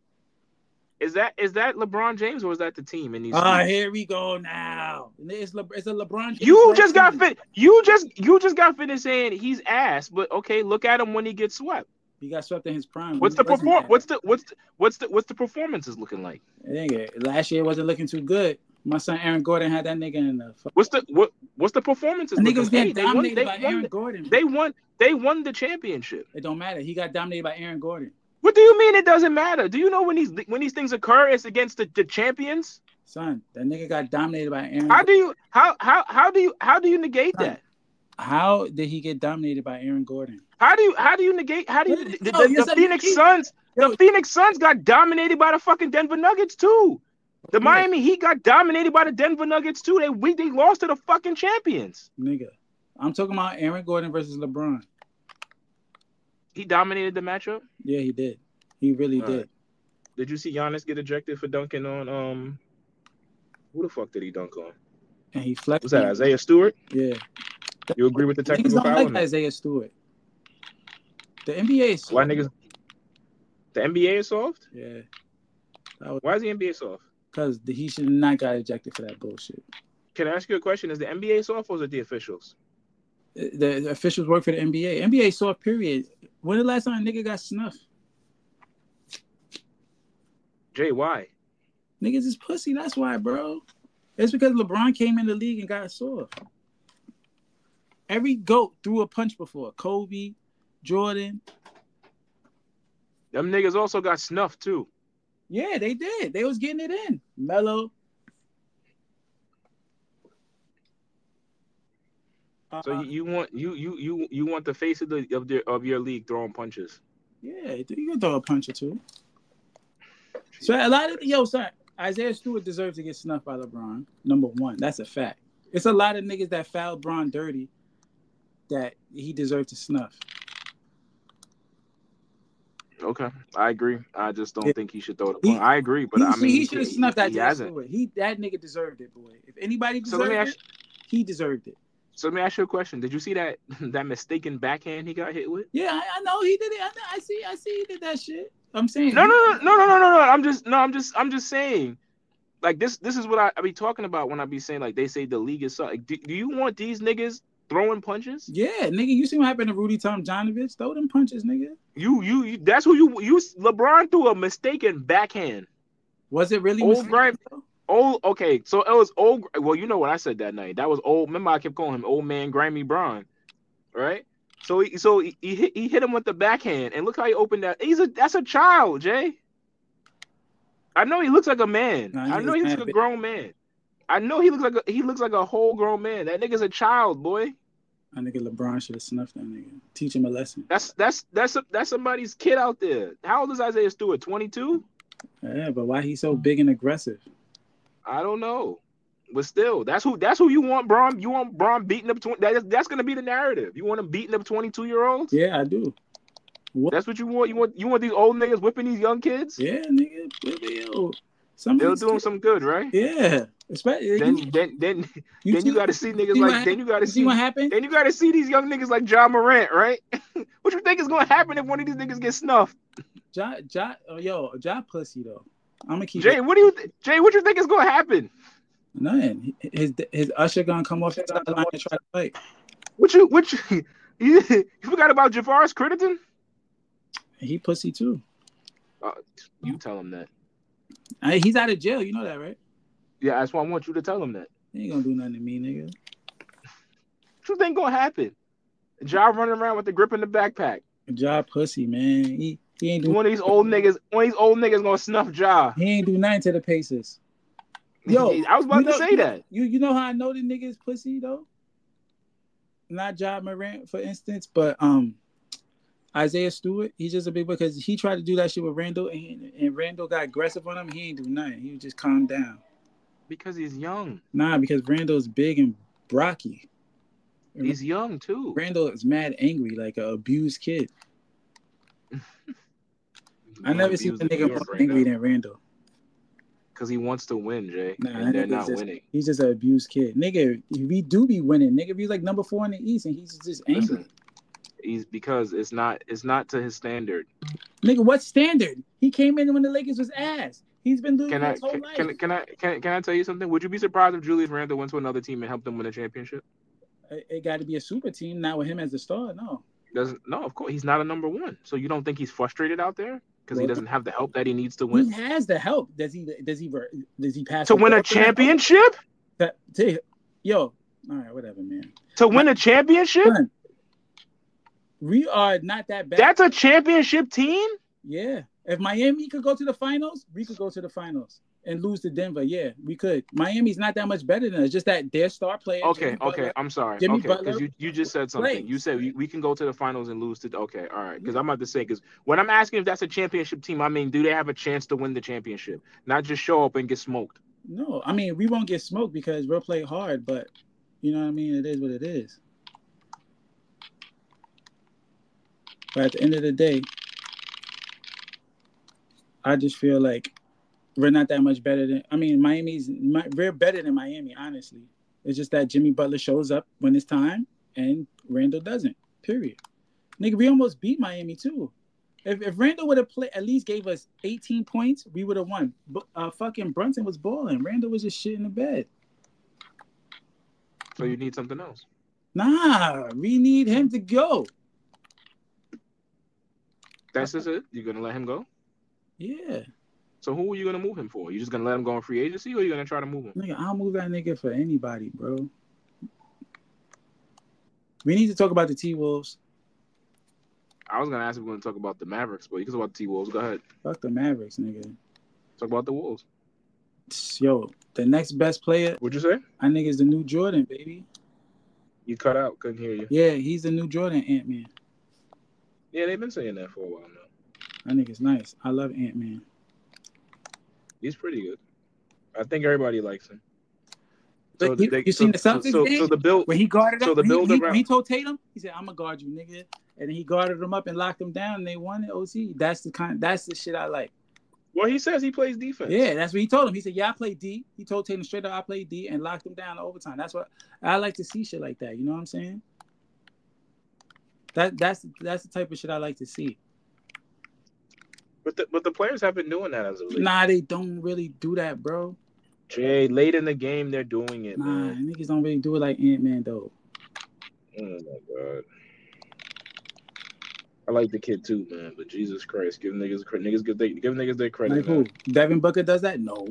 is that is that LeBron James or is that the team? And these
Ah, here we go now. It's, Le- it's a LeBron. James
you
last
just got
season.
fit. You just you just got finished saying he's ass, but okay, look at him when he gets swept.
He got swept in his prime.
What's the
He wasn't
perform?
bad.
What's the what's the, what's the what's the performances looking like?
Nigga, last year wasn't looking too good. My son Aaron Gordon had that nigga in the. Fuck.
What's the what what's the performances?
That nigga
looking
was getting
like? they, won,
dominated
they,
by
won,
Aaron Gordon.
they won they won the championship.
it don't matter. He got dominated by Aaron Gordon.
What do you mean it doesn't matter? Do you know when these when these things occur? It's against the, the champions.
Son, that nigga got dominated by Aaron.
How do you how how how do you how do you negate that?
How did he get dominated by Aaron Gordon?
How do you how do you negate how do you
Yo,
the, the-
yes,
the
I
Phoenix
negate-
Suns the
Yo.
Phoenix Suns got dominated by the fucking Denver Nuggets too. The Miami Heat got dominated by the Denver Nuggets too. They we they lost to the fucking champions.
Nigga. I'm talking about Aaron Gordon versus LeBron.
He dominated the matchup.
Yeah, he did. He really
All
did.
right. Did you see Giannis get ejected for dunking on um who the fuck did he dunk on?
And he flexed.
Was that Isaiah Stewart?
Yeah.
You agree with the
Niggas
technical
don't
foul? or
like
no?
Isaiah Stewart. The NBA is
Why niggas the NBA is soft?
Yeah.
Why is the NBA soft?
Because he should not got ejected for that bullshit.
Can I ask you a question? Is the NBA soft or is it the officials?
The, the officials work for the NBA. NBA soft period. When the last time a nigga got snuffed?
Jay, why?
Niggas is pussy. That's why, bro. It's because LeBron came in the league and got soft. Every goat threw a punch before. Kobe, Jordan.
Them niggas also got snuffed too.
Yeah, they did. They was getting it in. Melo. Uh,
So you you want you you you you want the face of the of, the, of your league throwing punches.
yeah, you can throw a punch or two. So a lot of yo, son, Isaiah Stewart deserves to get snuffed by LeBron. Number one, that's a fact. It's a lot of niggas that fouled Bron dirty that he deserved to snuff.
Okay, I agree. I just don't
Yeah.
think he should throw the
He-
punch. I agree, but
he,
I mean
he should have snuffed
he,
that.
he
Isaiah
hasn't.
Stewart. He that nigga deserved it, boy. If anybody
So
deserved
let me ask
it, he deserved it.
so let me ask you a question. Did you see that *laughs* that mistaken backhand he got
*laughs*
hit with?
Yeah, I, I know he did it. I, know, I see. I see he did that shit. I'm saying
No, no, no, no, no, no, no, no. I'm just no. I'm just I'm just saying. like this this is what I, I be talking about when I be saying like they say the league is suck. Like, do, do you want these niggas throwing punches?
Yeah, nigga, you see what happened to Rudy Tomjanovich? Throw them punches, nigga.
You you, you that's who you you LeBron threw a mistaken backhand.
Was it really?
Old
Mr.
Grant-
Though?
Old okay, so it was old. Well, you know what I said that night. That was old. Remember I kept calling him old man Grammy Braun, right? So he so he, he hit he hit him with the backhand, and look how he opened that. He's a that's a child, Jay. I know he looks like a man.
Nah, he
I know
looks
he
mad
looks like a
big.
grown man. I know he looks like a, he looks like a whole grown man. That nigga's a child, boy.
I nigga LeBron should have snuffed that nigga. Teach him a lesson.
That's that's that's that's somebody's kid out there. How old is Isaiah Stewart? Twenty two?
Yeah, but why he so big and aggressive?
I don't know, but still, that's who that's who you want. Braun, you want Braun beating up twenty. That, that's gonna be the narrative. You want him beating up twenty two year olds.
Yeah, I do.
That's what you want. You want you want these old niggas whipping these young kids.
Yeah, nigga. really, yo. Some of
They'll
these
do them
kids-
some good, right?
Yeah, especially
Then then then
you,
then you
see-
gotta see niggas
see what
like then you gotta
you see
see
what happened?
then you gotta see these young niggas like John Morant, right? *laughs* what you think is gonna happen if one of these niggas gets snuffed?
Ja, ja, oh, yo, Ja pussy though. I'm gonna keep
Jay, what do you th- Jay? What you think is gonna happen?
Nothing. His his usher gonna come off the sideline and try to fight.
What you what you *laughs* you, forgot about Javaris Crittenden?
He pussy too.
You tell him that.
I- he's out of jail. You know that, right?
Yeah, that's why I want you to tell him that.
He ain't gonna do nothing to me, nigga.
What you think gonna happen? Ja running around with the grip in the backpack.
Ja pussy, man. He he ain't do
One of these old niggas, one of these old niggas gonna snuff Ja.
he ain't do nothing to the Pacers. Yo,
*laughs* I was about
you
to
know-
say that.
You you know how I know the nigga's pussy though? Not Ja Morant, for instance, but um Isaiah Stewart, he's just a big because he tried to do that shit with Randall and, and Randall got aggressive on him. He ain't do nothing. He was just calmed down.
Because he's young.
Nah, because Randall's big and brocky.
He's young too.
Randall is mad angry, like an abused kid. I never seen a nigga more angry than Randall.
because he wants to win, Jay.
Nah, that
and they're
nigga's
not
just-
winning.
He's just an abused kid. Nigga, we do be winning. Nigga, he's like number four in the East and he's just angry.
Listen, he's because it's not it's not to his standard.
Nigga, what standard? He came in when the Lakers was ass. He's been losing
Can I
his whole
can,
life.
can, can I can, can I tell you something? Would you be surprised if Julius Randle went to another team and helped them win a championship?
It- It got to be a super team, not with him as the star. No,
Doesn't no, of course he's not a number one. So you don't think he's frustrated out there because he
Well,
doesn't have the help that he needs to
he
win
has the help. Does he? Does he? Does he pass
to
the
win
ball
a
to that help?
championship?
That- to- yo, all right, whatever, man.
To win a championship?
Son, we are not that bad.
That's a championship team.
yeah. If Miami could go to the finals, we could go to the finals and lose to Denver. Yeah, we could. Miami's not that much better than us. Just that their star player.
Okay,
Jimmy Butler,
okay, I'm sorry.
Jimmy
okay,
Butler
because you, you just said something.
plays.
You said we, we can go to the finals and lose to. Okay, all right. Because I'm about to say because when I'm asking if that's a championship team, I mean, do they have a chance to win the championship? Not just show up and get smoked.
No, I mean we won't get smoked because we'll play hard, but you know what I mean. It is what it is. But at the end of the day, I just feel like we're not that much better than. I mean, Miami's Mi- we're better than Miami, honestly. It's just that Jimmy Butler shows up when it's time and Randall doesn't. Period. Nigga, we almost beat Miami too. If, if Randall would have played, at least gave us 18 points, we would have won. But uh, fucking Brunson was balling. Randall was just shit in the bed.
So you need something else.
Nah, we need him to go.
That's just it. You're gonna let him go.
Yeah,
So who are you gonna move him for? You just gonna let him go in free agency, or you gonna try to move him?
nigga, I'll move that nigga for anybody, bro. We need to talk about the T Wolves.
I was gonna ask if we're gonna talk about the Mavericks, but you can talk about the T Wolves. Go ahead.
Fuck the Mavericks, nigga.
Talk about the Wolves.
Tss, Yo, the next best player,
What'd you say?
I think, is the new Jordan, baby.
You cut out. Couldn't hear you.
Yeah, he's the new Jordan Ant Man.
Yeah, they've been saying that for a while now.
That nigga's nice. I love Ant Man.
He's pretty good. I think everybody likes him.
But you- you seen the Celtics
So,
game?
so the build.
When he guarded
So
up,
the
when he-
build
he,
around-
when he told Tatum, he said, "I'm gonna guard you, nigga," and he guarded him up and locked him down, and they won it. OT. That's the kind. That's the shit I like.
Well, he says he plays defense.
Yeah, that's what he told him. He said, "Yeah, I play D." He told Tatum straight up, "I play D," and locked him down in overtime. That's what I like to see. Shit like that. You know what I'm saying? That that's that's the type of shit I like to see.
But the, but the players have been doing that as of late.
Nah, they don't really do that, bro.
Trey, late in the game, they're doing it,
Nah,
man.
niggas don't really do it like Ant Man though.
Oh my god. I like the kid too, man. But Jesus Christ, give niggas credit. Niggas give they give niggas their credit.
Like who?
man.
Devin Booker does that? No.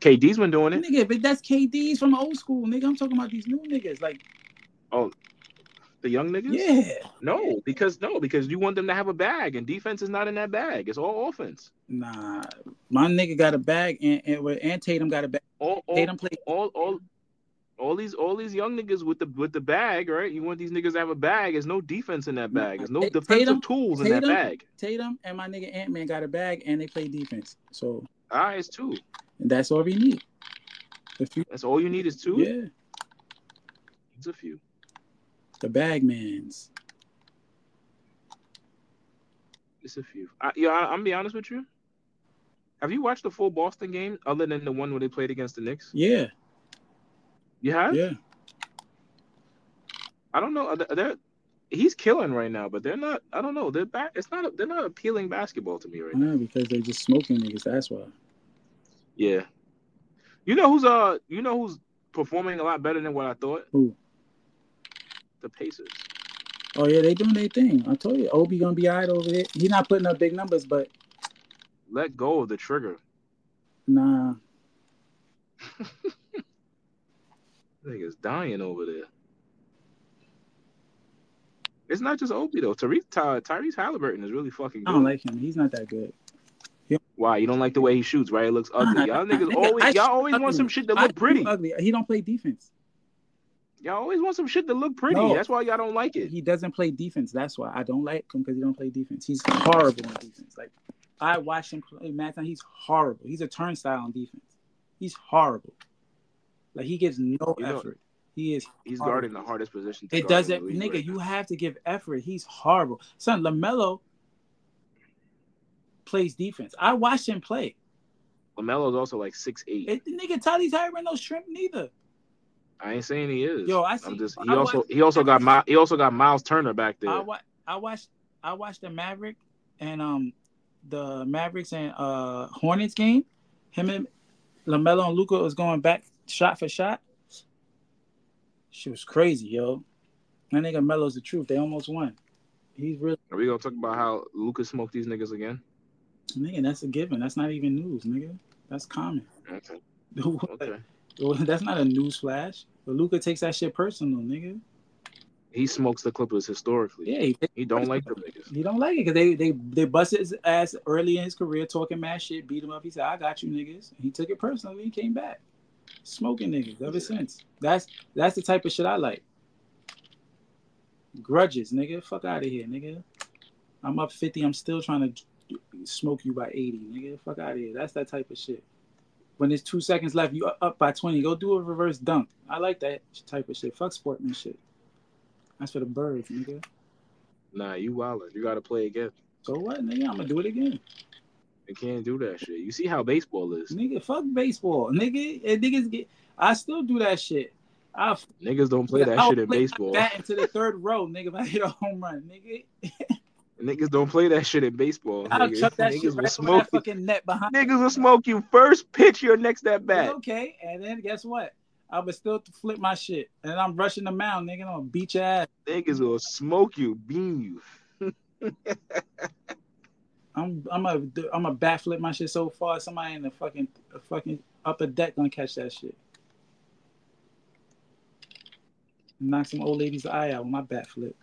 KD's been doing it.
Nigga, but that's KD's from old school, nigga. I'm talking about these new niggas. Like,
The young niggas.
yeah.
No, because no, because you want them to have a bag, and defense is not in that bag. It's all offense.
Nah. My nigga got a bag and and, well, and Tatum got a bag.
All all
Tatum played
all all all these all these young niggas with the with the bag, right? You want these niggas to have a bag. There's no defense in that bag. There's no
Tatum-
defensive tools in
Tatum-
that bag.
Tatum and my nigga Ant Man got a bag and they play defense. So
Eyes too.
that's all we need. The few,
That's all you need is two.
yeah,
It's a few.
the bag mans.
It's a few. I, yeah, I, I'm gonna be honest with you. Have you watched the full Boston game other than the one where they played against the Knicks?
Yeah,
You have?
yeah.
I don't know. Are they- They're, he's killing right now, but they're not. I don't know. They're back. It's not. They're not appealing basketball to me right
I
now.
know because they're just smoking niggas. That's why.
Yeah. You know who's uh? You know who's performing a lot better than what I thought?
Who?
The Pacers.
Oh yeah, they doing their thing. I told you, Obi gonna be alright over there. He's not putting up big numbers, but
Let go of the trigger.
nah,
Nigga's dying over there. It's not just Obi though. Tyrese, Ty, Tyrese Halliburton is really fucking good.
I don't like him. He's not that good.
Why you don't like the way he shoots, right? It looks
*laughs*
ugly. Y'all niggas
Nigga, I
always y'all always
shoot
want some
ugly.
shit to
I
look
think
pretty.
he's Ugly. He don't play defense.
Y'all always want some shit to look pretty.
No.
That's why y'all don't like it.
He doesn't play defense. That's why I don't like him because he don't play defense. He's horrible on defense. Like I watched him play Matt time. He's horrible. He's a turnstile on defense. He's horrible. Like he gives no
You know-
effort. he is.
He's
Horrible.
guarding the hardest position. To
It
guard in
doesn't,
the league
nigga.
right
you
now.
have to give effort. He's horrible. Son, Lamelo plays defense. I watched him play.
Lamelo's also like six eight.
It, nigga, Tyrese Haliburton no shrimp neither.
I ain't saying he is.
Yo, I
I'm
see-
just he
I
also
watch-
he also got my he also got Miles Turner back there.
I wa- I watched I watched the Maverick and um the Mavericks and uh Hornets game. Him and Lamelo and Luca was going back shot for shot. She was crazy, yo. That nigga Melo's the truth. They almost won. He's really
Are we gonna talk about how Lucas smoked these niggas again?
nigga. That's a given. That's not even news, nigga. That's common. *laughs*
Okay.
Like,
Okay.
that's not a news flash. But Luca takes that shit personal, nigga.
He smokes the Clippers historically.
Yeah, he,
He don't like them niggas.
he don't like it because they they they busted his ass early in his career talking mad shit, beat him up. He said, "I got you, niggas." And he took it personally. He came back, smoking niggas ever since. That's that's the type of shit I like. Grudges, nigga. Fuck out of here, nigga. I'm up fifty. I'm still trying to smoke you by eighty, nigga. Fuck out of here. That's that type of shit. When there's two seconds left, you up by twenty. Go do a reverse dunk. I like that type of shit. Fuck sportman shit. That's for the birds, nigga.
Nah, you wildin'. You gotta play again.
So what, nigga? I'm gonna do it again.
You can't do that shit. You see how baseball is.
Nigga, fuck baseball. Nigga, and niggas get. I still do that shit. I f-
Niggas don't play that
I'll
shit in
flick my
baseball.
Bat into the third row, nigga. If I hit a home run, nigga,
Niggas don't play that shit in baseball.
I'll
nigga.
chuck that
niggas
shit
will
right over
smoke.
that fucking net behind.
niggas will smoke you first pitch your next at bat.
Okay, and then guess what? I would still flip my shit, and I'm rushing the mound, nigga. I'm gonna beat your ass.
Niggas will smoke you, beam you.
I'm I'm a I'm a bat flip my shit so far. Somebody in the fucking the fucking upper deck gonna catch that shit. Knock some old lady's eye out with my bat flip.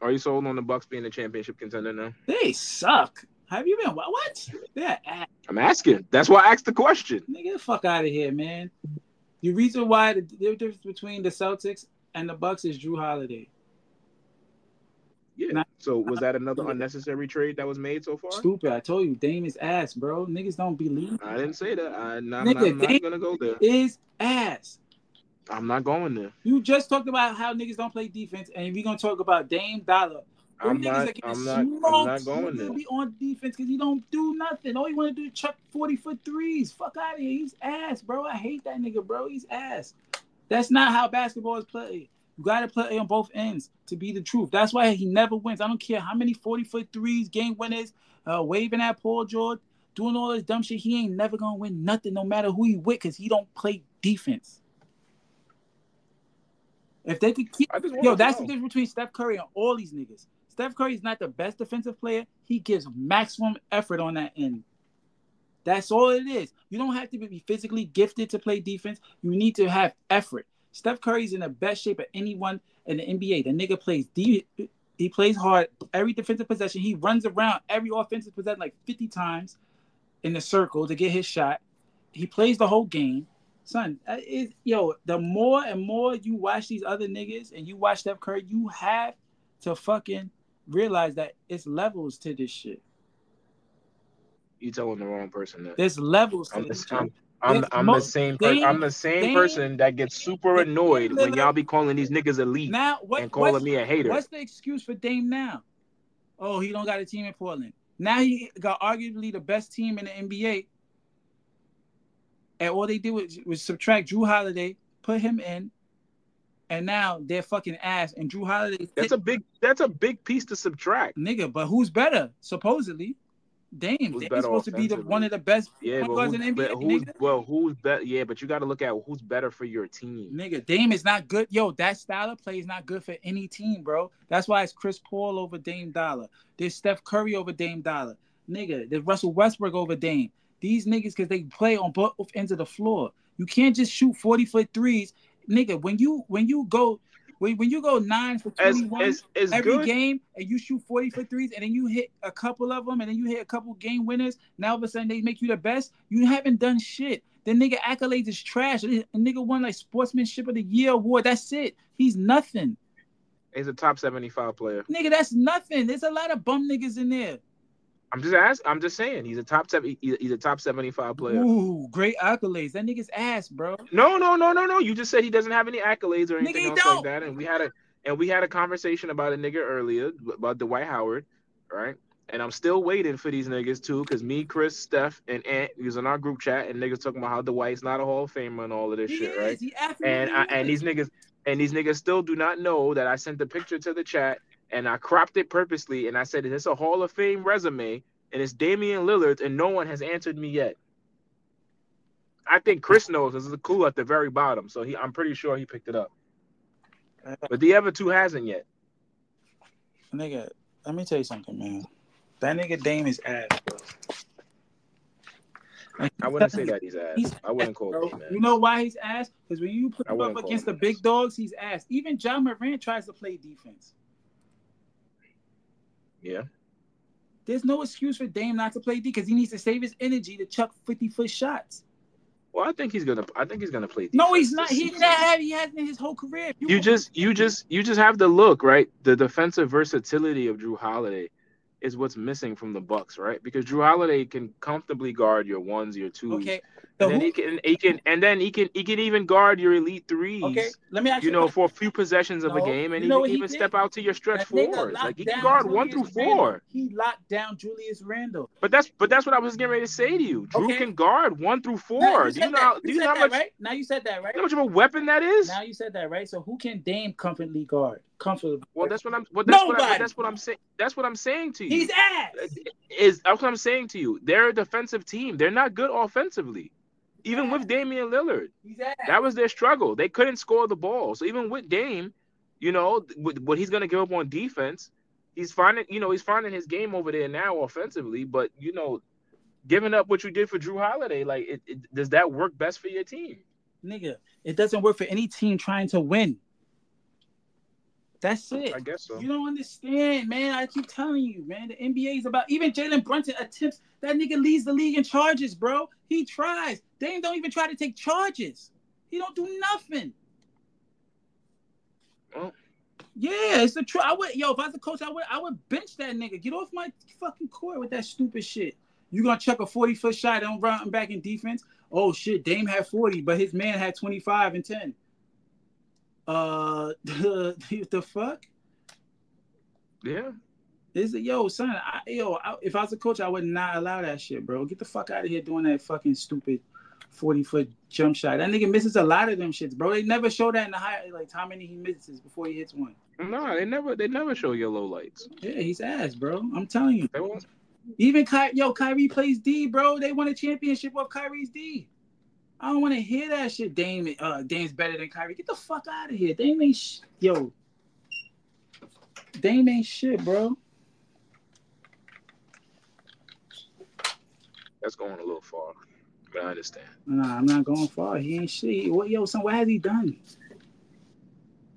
Are you sold on the Bucks being a championship contender now?
They suck. Have you been what? what? They're ass.
I'm asking. That's why I asked the question.
Nigga, get the fuck out of here, man. The reason why the difference between the Celtics and the Bucks is Drew Holiday.
Yeah.
Nah.
So was that another unnecessary trade that was made so far?
Stupid. I told you, Dame is ass, bro. Niggas don't believe
I didn't say that. I, am not,
Nigga,
I'm not
they-
gonna go there.
is ass.
I'm not going there.
You just talked about how niggas don't play defense, and we're gonna talk about Dame Dollar. Them
I'm
niggas
not.
that get
I'm not. I'm
smoked,
not going
nigga,
there.
Be on defense because he don't do nothing. All he want to do is chuck forty foot threes. Fuck out of here. He's ass, bro. I hate that nigga, bro. He's ass. That's not how basketball is played. You gotta play on both ends to be the truth. That's why he never wins. I don't care how many forty foot threes, game winners, uh, waving at Paul George. doing all this dumb shit. He ain't never gonna win nothing, no matter who he with, cause he don't play defense. If they could keep,
I just
yo,
wanted to
that's the
know.
difference between Steph Curry and all these niggas. Steph Curry is not the best defensive player. He gives maximum effort on that end. That's all it is. You don't have to be physically gifted to play defense. You need to have effort. Steph Curry's in the best shape of anyone in the NBA. The nigga plays de- he plays hard every defensive possession. He runs around every offensive possession like 50 times in the circle to get his shot. He plays the whole game. Son, that is yo, the more and more you watch these other niggas and you watch Steph Curry, you have to fucking realize that it's levels to this shit.
You telling the wrong person that.
There's levels to
I'm the,
this shit.
I'm, I'm,
There's
I'm
mo-
the same per-
they-
I'm the same
they-
person that gets super annoyed when y'all be calling these niggas elite
Now what
and calling
what's-
me a hater.
What's the excuse for Dame now? Oh, he don't got a team in Portland. Now he got arguably the best team in the NBA. And all they did was, was subtract Drew Holiday, put him in, and now they're fucking ass. And Drew Holiday,
That's a big that's a big piece to subtract.
nigga, but who's better? Supposedly, Dame.
Who's
Dame's
better
supposed to be the,
offensively?
one of the best
Yeah,
point
but
guards in
who's,
the NBA.
but who's
nigga.
well who's better? Yeah, but you got to look at who's better for your team.
Nigga, Dame is not good. Yo, that style of play is not good for any team, bro. That's why it's Chris Paul over Dame Dollar. There's Steph Curry over Dame Dollar. Nigga, there's Russell Westbrook over Dame. These niggas, because they play on both ends of the floor. You can't just shoot 40 foot threes. Nigga, when you when you go when, when you go nine for
As
21
as as
every
good
game and you shoot 40 foot threes and then you hit a couple of them and then you hit a couple game winners. Now all of a sudden they make you the best. You haven't done shit. The nigga accolades is trash. The nigga won like sportsmanship of the year award. That's it. He's nothing.
is a top 75 player.
Nigga, that's nothing. There's a lot of bum niggas in there.
I'm just ask, I'm just saying he's a top seven. he- He's a top 75 player.
Ooh, great accolades. That nigga's ass, bro.
No, no, no, no, no. You just said he doesn't have any accolades or
Nigga,
anything
he
else
don't.
like that. And we had a and we had a conversation about a nigga earlier about Dwight Howard, right? And I'm still waiting for these niggas too, because me, Chris, Steph, and Ant was in our group chat, and niggas talking about how Dwight's not a Hall of Famer and all of this
He
shit,
is.
right?
He absolutely
And I, and
is.
these niggas and these niggas still do not know that I sent the picture to the chat and I cropped it purposely and I said it's a Hall of Fame resume and it's Damian Lillard and no one has answered me yet. I think Chris knows. This is a clue at the very bottom, so he I'm pretty sure he picked it up. But the other two hasn't yet.
Nigga, let me tell you something, man. That nigga Dame is ass, bro. Like,
I wouldn't say that he's ass.
He's-
I wouldn't call
Bro,
him man.
You know why he's ass? Because when you put
I
him
wouldn't
up
call
against the
him
big
ass.
dogs, he's ass. Even John Morant tries to play defense.
Yeah.
There's no excuse for Dame not to play D because he needs to save his energy to chuck 50 foot shots.
Well, I think he's gonna. I think he's gonna play.
No, he's
defense
not.
this
He
season.
not have. He hasn't in his whole career.
You just, you just, you just have the look, right? The defensive versatility of Drew Holiday is what's missing from the Bucks, right? Because Drew Holiday can comfortably guard your ones, your twos,
okay. So
and then
who-
he can, he can, and then he can, he can even guard your elite threes.
okay. Let me ask you.
you know, for a few possessions of
No,
a game, and
you
he
know
can
what he
even
did?
step out to your stretch
That nigga
fours.
locked
Like he can
down
guard one through
Julius
four.
Randle. He locked down Julius Randle.
But that's but that's what I was getting ready to say to you. Drew
Okay.
can guard one through four.
Now, you
do
said
you know?
that.
How, do
you said
you know how
that,
much?
right? Now you said that, right?
You know how much of a weapon that is?
Now you said that, right? So who can Dame comfortably guard? Comfortably.
well, that's what I'm. Well, that's what, I,
Nobody.
but that's what I'm saying. That's what I'm saying to you.
He's ass.
is that's what I'm saying to you. They're a defensive team. They're not good offensively, even with Damian Lillard.
He's ass.
That was their struggle. They couldn't score the ball. So even with Dame, you know, th- what what he's gonna give up on defense, he's finding, you know, he's finding his game over there now offensively. But you know, giving up what you did for Drew Holiday, like, it, it, does that work best for your team?
Nigga, it doesn't work for any team trying to win. That's it.
I guess so.
You don't understand, man. I keep telling you, man. The NBA is about even Jalen Brunson attempts. That nigga leads the league in charges, bro. He tries. Dame don't even try to take charges. He don't do nothing.
Well.
Yeah, it's the truth. I would, yo, if I was a coach, I would, I would bench that nigga. Get off my fucking court with that stupid shit. You gonna chuck a forty foot shot and run back in defense? Oh shit, Dame had forty, but his man had twenty five and ten. Uh, *laughs* the, the fuck?
Yeah.
This is yo, son. I, yo, I, if I was a coach, I would not allow that shit, bro. Get the fuck out of here doing that fucking stupid forty foot jump shot. That nigga misses a lot of them shits, bro. They never show that in the high, like how many he misses before he hits one.
No, they never, they never show yellow lights.
Yeah, he's ass, bro. I'm telling you.
They won't.
Even Ky- yo, Kyrie plays D, bro. They won a championship off Kyrie's D. I don't want to hear that shit. Dame, uh, Dame's better than Kyrie. Get the fuck out of here. Dame ain't sh- yo. Dame ain't shit, bro.
That's going a little far, but I understand.
Nah, I'm not going far. He ain't shit. What, yo, son? What has he done?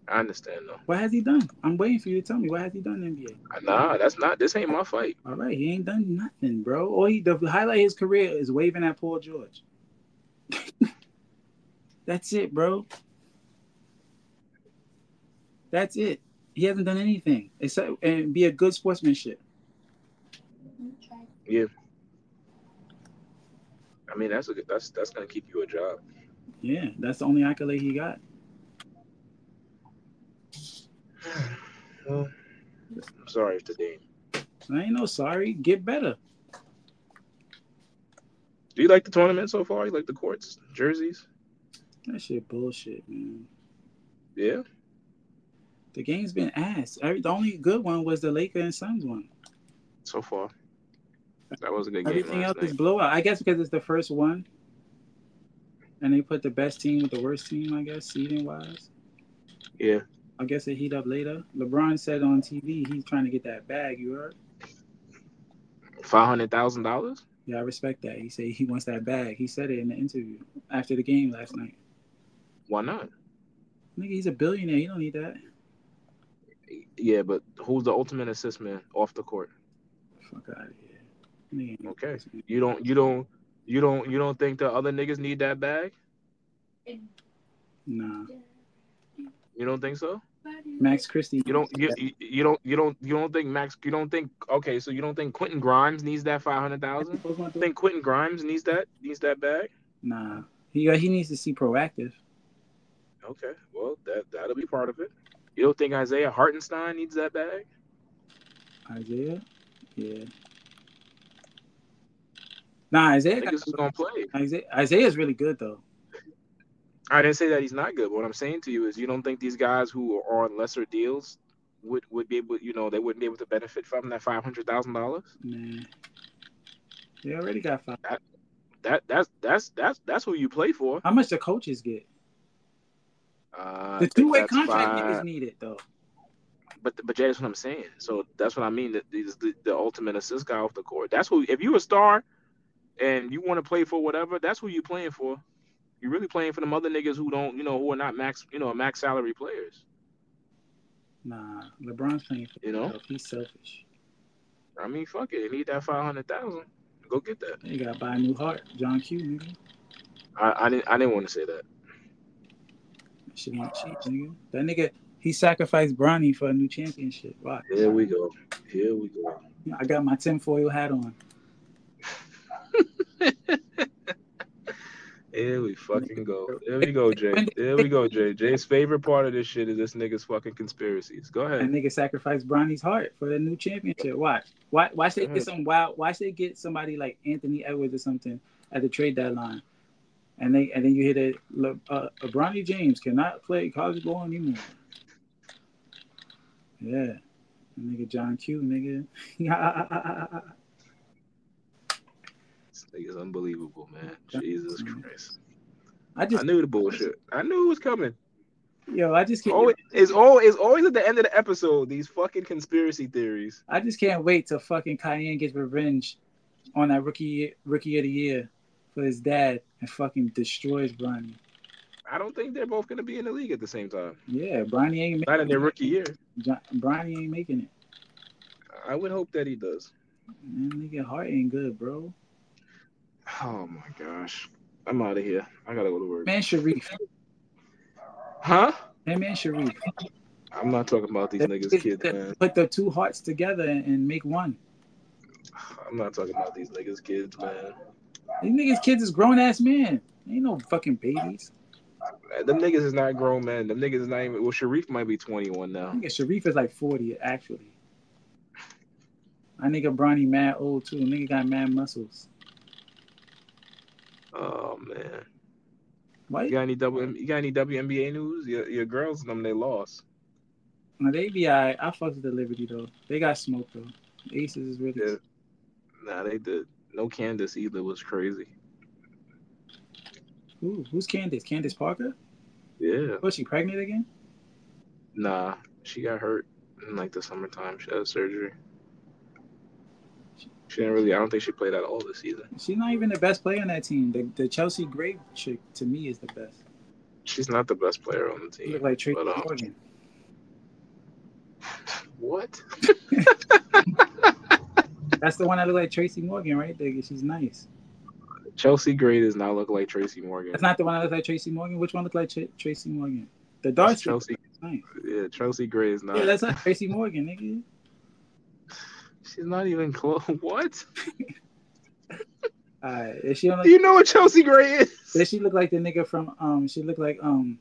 I understand though.
What has he done? I'm waiting for you to tell me. What has he done in NBA?
I- Nah, that's not. This ain't my fight.
All right, he ain't done nothing, bro. All he the highlight of his career is waving at Paul George. *laughs* That's it, bro. That's it. He hasn't done anything except and be a good sportsmanship.
I mean, that's a good, that's that's gonna keep you a job.
Yeah, that's the only accolade he got.
I'm sorry if the Dame.
I ain't no sorry. Get better.
Do you like the tournament so far? You like the courts, jerseys?
That shit bullshit, man.
Yeah.
The game's been ass. Every, the only good one was the Laker and Suns one.
So far, that was a good game.
Everything
Last
else
night.
is blowout. I guess because it's the first one, and they put the best team with the worst team. I guess seeding wise.
Yeah.
I guess it heat up later. LeBron said on TV he's trying to get that bag. You heard?
Five hundred thousand dollars.
Yeah, I respect that. He said he wants that bag. He said it in the interview after the game last night.
Why not?
Nigga, he's a billionaire. He don't need that.
Yeah, but who's the ultimate assist man off the court?
Fuck out of here. Nigga ain't no
Okay.
business.
You don't. You don't. You don't. You don't think the other niggas need that bag?
Nah.
You don't think so?
Max Christie.
You don't you, you you don't you don't you don't think Max you don't think okay so you don't think Quentin Grimes needs that five hundred thousand? You think Quentin Grimes needs that needs that bag?
Nah. He he needs to see proactive.
Okay, well that that'll be part of it. You don't think Isaiah Hartenstein needs that bag?
Isaiah. Yeah. Nah, Isaiah.
Niggas is gonna play.
Isaiah Isaiah's really good though.
I didn't say that he's not good. But what I'm saying to you is you don't think these guys who are on lesser deals would would be able you know they wouldn't be able to benefit from that five hundred thousand dollars?
Nah. They already got five.
That that's that's that's that's who you play for.
How much the coaches get?
Uh, I
The
think
two way
that's
contract
five-
niggas needed though.
But but Jay, that's what I'm saying. So that's what I mean. That is the, the ultimate assist guy off the court. That's who. If you a star, and you want to play for whatever, that's who you playing for. You're really playing for them other niggas who don't, you know, who are not max, you know, max salary players.
Nah, LeBron's playing for
You know?
himself. He's selfish.
I mean, fuck it. They need that five hundred thousand. Go get that.
They gotta buy a new heart. John Q, nigga.
I, I didn't I didn't want to say that.
That shit ain't cheap, nigga. That nigga, he sacrificed Bronny for a new championship. Why?
Here we go. Here we go.
I got my tinfoil hat on.
Here we fucking go. There we go, Jay. There we go, Jay. Jay's favorite part of this shit is this nigga's fucking conspiracies. Go
That
ahead.
nigga sacrificed Bronny's heart for a new championship. Why? Why? Why should they get some wild? Why should they get somebody like Anthony Edwards or something at the trade deadline? And they and then you hear that Le, uh, Bronny James cannot play college ball anymore. Yeah, nigga John Q, nigga. *laughs*
This nigga's unbelievable, man. Jesus Christ.
I
I
just
knew the bullshit. I knew it was coming.
yo, I just can't.
Always, it's always, it's always at the end of the episode. These fucking conspiracy theories.
I just can't wait till fucking Cayenne gets revenge on that rookie rookie of the year for his dad and fucking destroys Bronny.
I don't think they're both gonna be in the league at the same time.
Yeah, Bronny ain't making
Not in their rookie year.
John, Bronny ain't making it.
I would hope that he does.
Man, nigga, heart ain't good, bro.
Oh my gosh, I'm out of here. I gotta go to work.
Man, Sharif.
Huh?
That man, Sharif.
I'm not talking about these
That
niggas'
nigga
kids,
that
man.
Put the two hearts together and, and make one.
I'm not talking about these niggas' kids, man.
These niggas' kids is grown ass men. Ain't no fucking babies.
Them niggas is not grown, man. Them niggas is not even. Well, Sharif might be 21 now.
Nigga, Sharif is like 40, actually. I nigga Bronny mad old, too. Nigga got mad muscles.
Oh man.
Why
You got any double? You got any WNBA news? Your, your girls and them they lost.
Now, they be alright. I fucked with the Liberty though. They got smoked though. The Aces is really
Yeah. Nah, they did. No Candace either was crazy.
Ooh, who's Candace? Candace Parker?
Yeah.
Was she pregnant again?
Nah, she got hurt in like the summertime. She had surgery. She didn't really. I don't think she played at all this season.
She's not even the best player on that team. The, the Chelsea Gray chick to me is the best.
She's not the best player on the
She
team.
look like Tracy
But, um,
Morgan.
What?
That's the one that look like Tracy Morgan, right? There. She's nice.
Chelsea Gray does not look like Tracy Morgan.
That's not the one that looks like Tracy Morgan. Which one look like Tra- Tracy Morgan? The dark
That's
chick.
Chelsea.
Nice.
Yeah, Chelsea Gray is not.
Yeah, that's not Tracy Morgan, nigga.
she's not even close. *laughs* What?
All right. If she don't look
You know what Chelsea Gray is?
Does she look like the nigga from um? She look like um.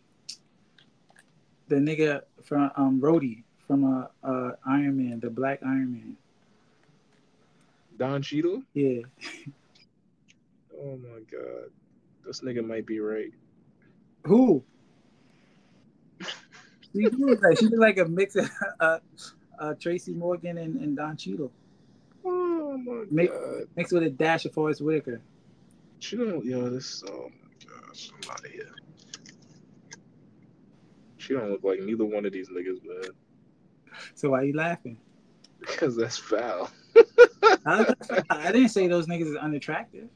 The nigga from um Rhodey from uh, uh Iron Man, the Black Iron Man.
Don Cheadle.
Yeah,
Oh my god, this nigga might be right.
who? She look like she look like a mix of uh, uh Tracy Morgan and, and Don Cheadle
Oh my
Make-
god,
mixed with a dash of Forrest Whitaker.
she don't. Yo, this. Oh my gosh, I'm out of here. She don't look like neither one of these niggas, man. *laughs*
So why you laughing?
Because that's foul.
I, *laughs* I didn't say those niggas is unattractive.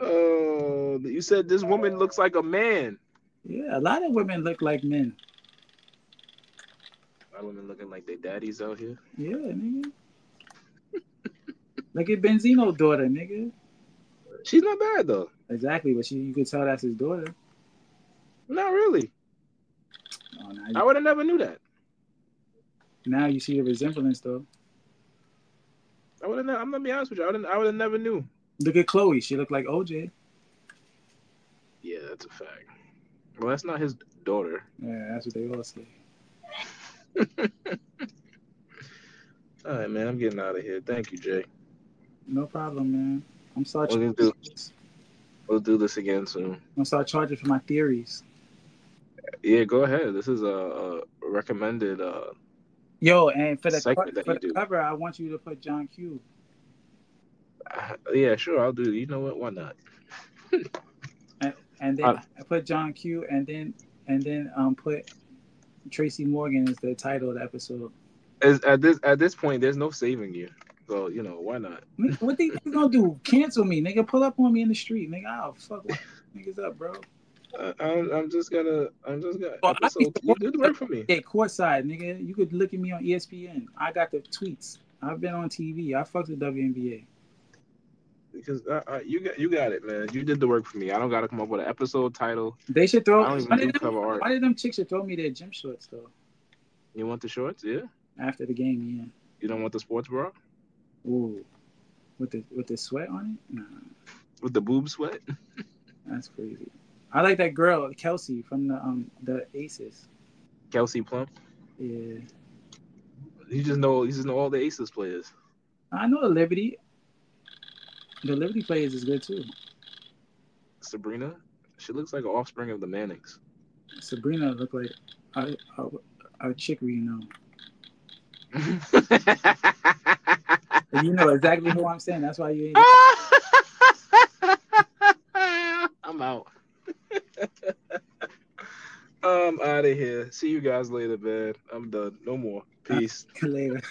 Oh, you said this woman looks like a man.
Yeah, a lot of women look like men.
Our women looking like they daddies out here.
Yeah, nigga. Look at Benzino's daughter, nigga.
She's not bad though.
Exactly, but she, you could tell that's his daughter.
Not really.
Oh, now, you,
I would have never knew that.
now you see the resemblance, though.
I would have. I'm gonna be honest with you. I would. I would have never knew.
Look at Chloe. She looked like OJ.
Yeah, that's a fact. Well, that's not his daughter.
Yeah, that's what they all say.
All right, man. I'm getting out of here. Thank you, Jay.
No problem, man. I'm start.
What do you do? We'll do this again soon.
I'm start charging for my theories.
Yeah, go ahead. This is a, a recommended. Uh,
Yo, and for the
Segment
co-
that
for
you
the
do.
cover, I want you to put John Q.
*sighs* yeah, sure. I'll do. You know what? Why not?
and then
Uh,
I put John Q. and then and then um put Tracy Morgan as the title of the episode.
As, at this at this point, there's no saving you. So you know why not?
Nigga, What they, they gonna do? Cancel me, nigga? Pull up on me in the street, nigga? I'll fuck niggas up, bro.
I, I'm, I'm just gonna. I'm just gonna.
Well, I
episode,
think-
you do the work for me.
Yeah, courtside, nigga. You could look at me on E ESPN. I got the tweets. I've been on TV. I fucked with WNBA.
Because uh, uh, you got you got it, man. You did the work for me. I don't got to come up with an episode title.
They should
I
throw.
don't
Why
even do
did, them,
cover art.
why did them chicks should throw me their gym shorts though?
You want the shorts? Yeah.
After the game,
You don't want the sports bra
yeah. Ooh, with the with the sweat on it? Nah,
with the boob sweat? *laughs*
that's crazy. I like that girl Kelsey from the um the Aces.
Kelsey Plum.
Yeah,
You just know. You just know all the Aces players.
I know the Liberty. The Liberty players is good too.
Sabrina. She looks like an offspring of the Mannings. *laughs*
Sabrina looked like a a, a chick we know. And you know exactly who I'm saying. That's why you ain't.
I'm out. Um, I'm out of here. See you guys later, man. I'm done. No more. Peace.
later.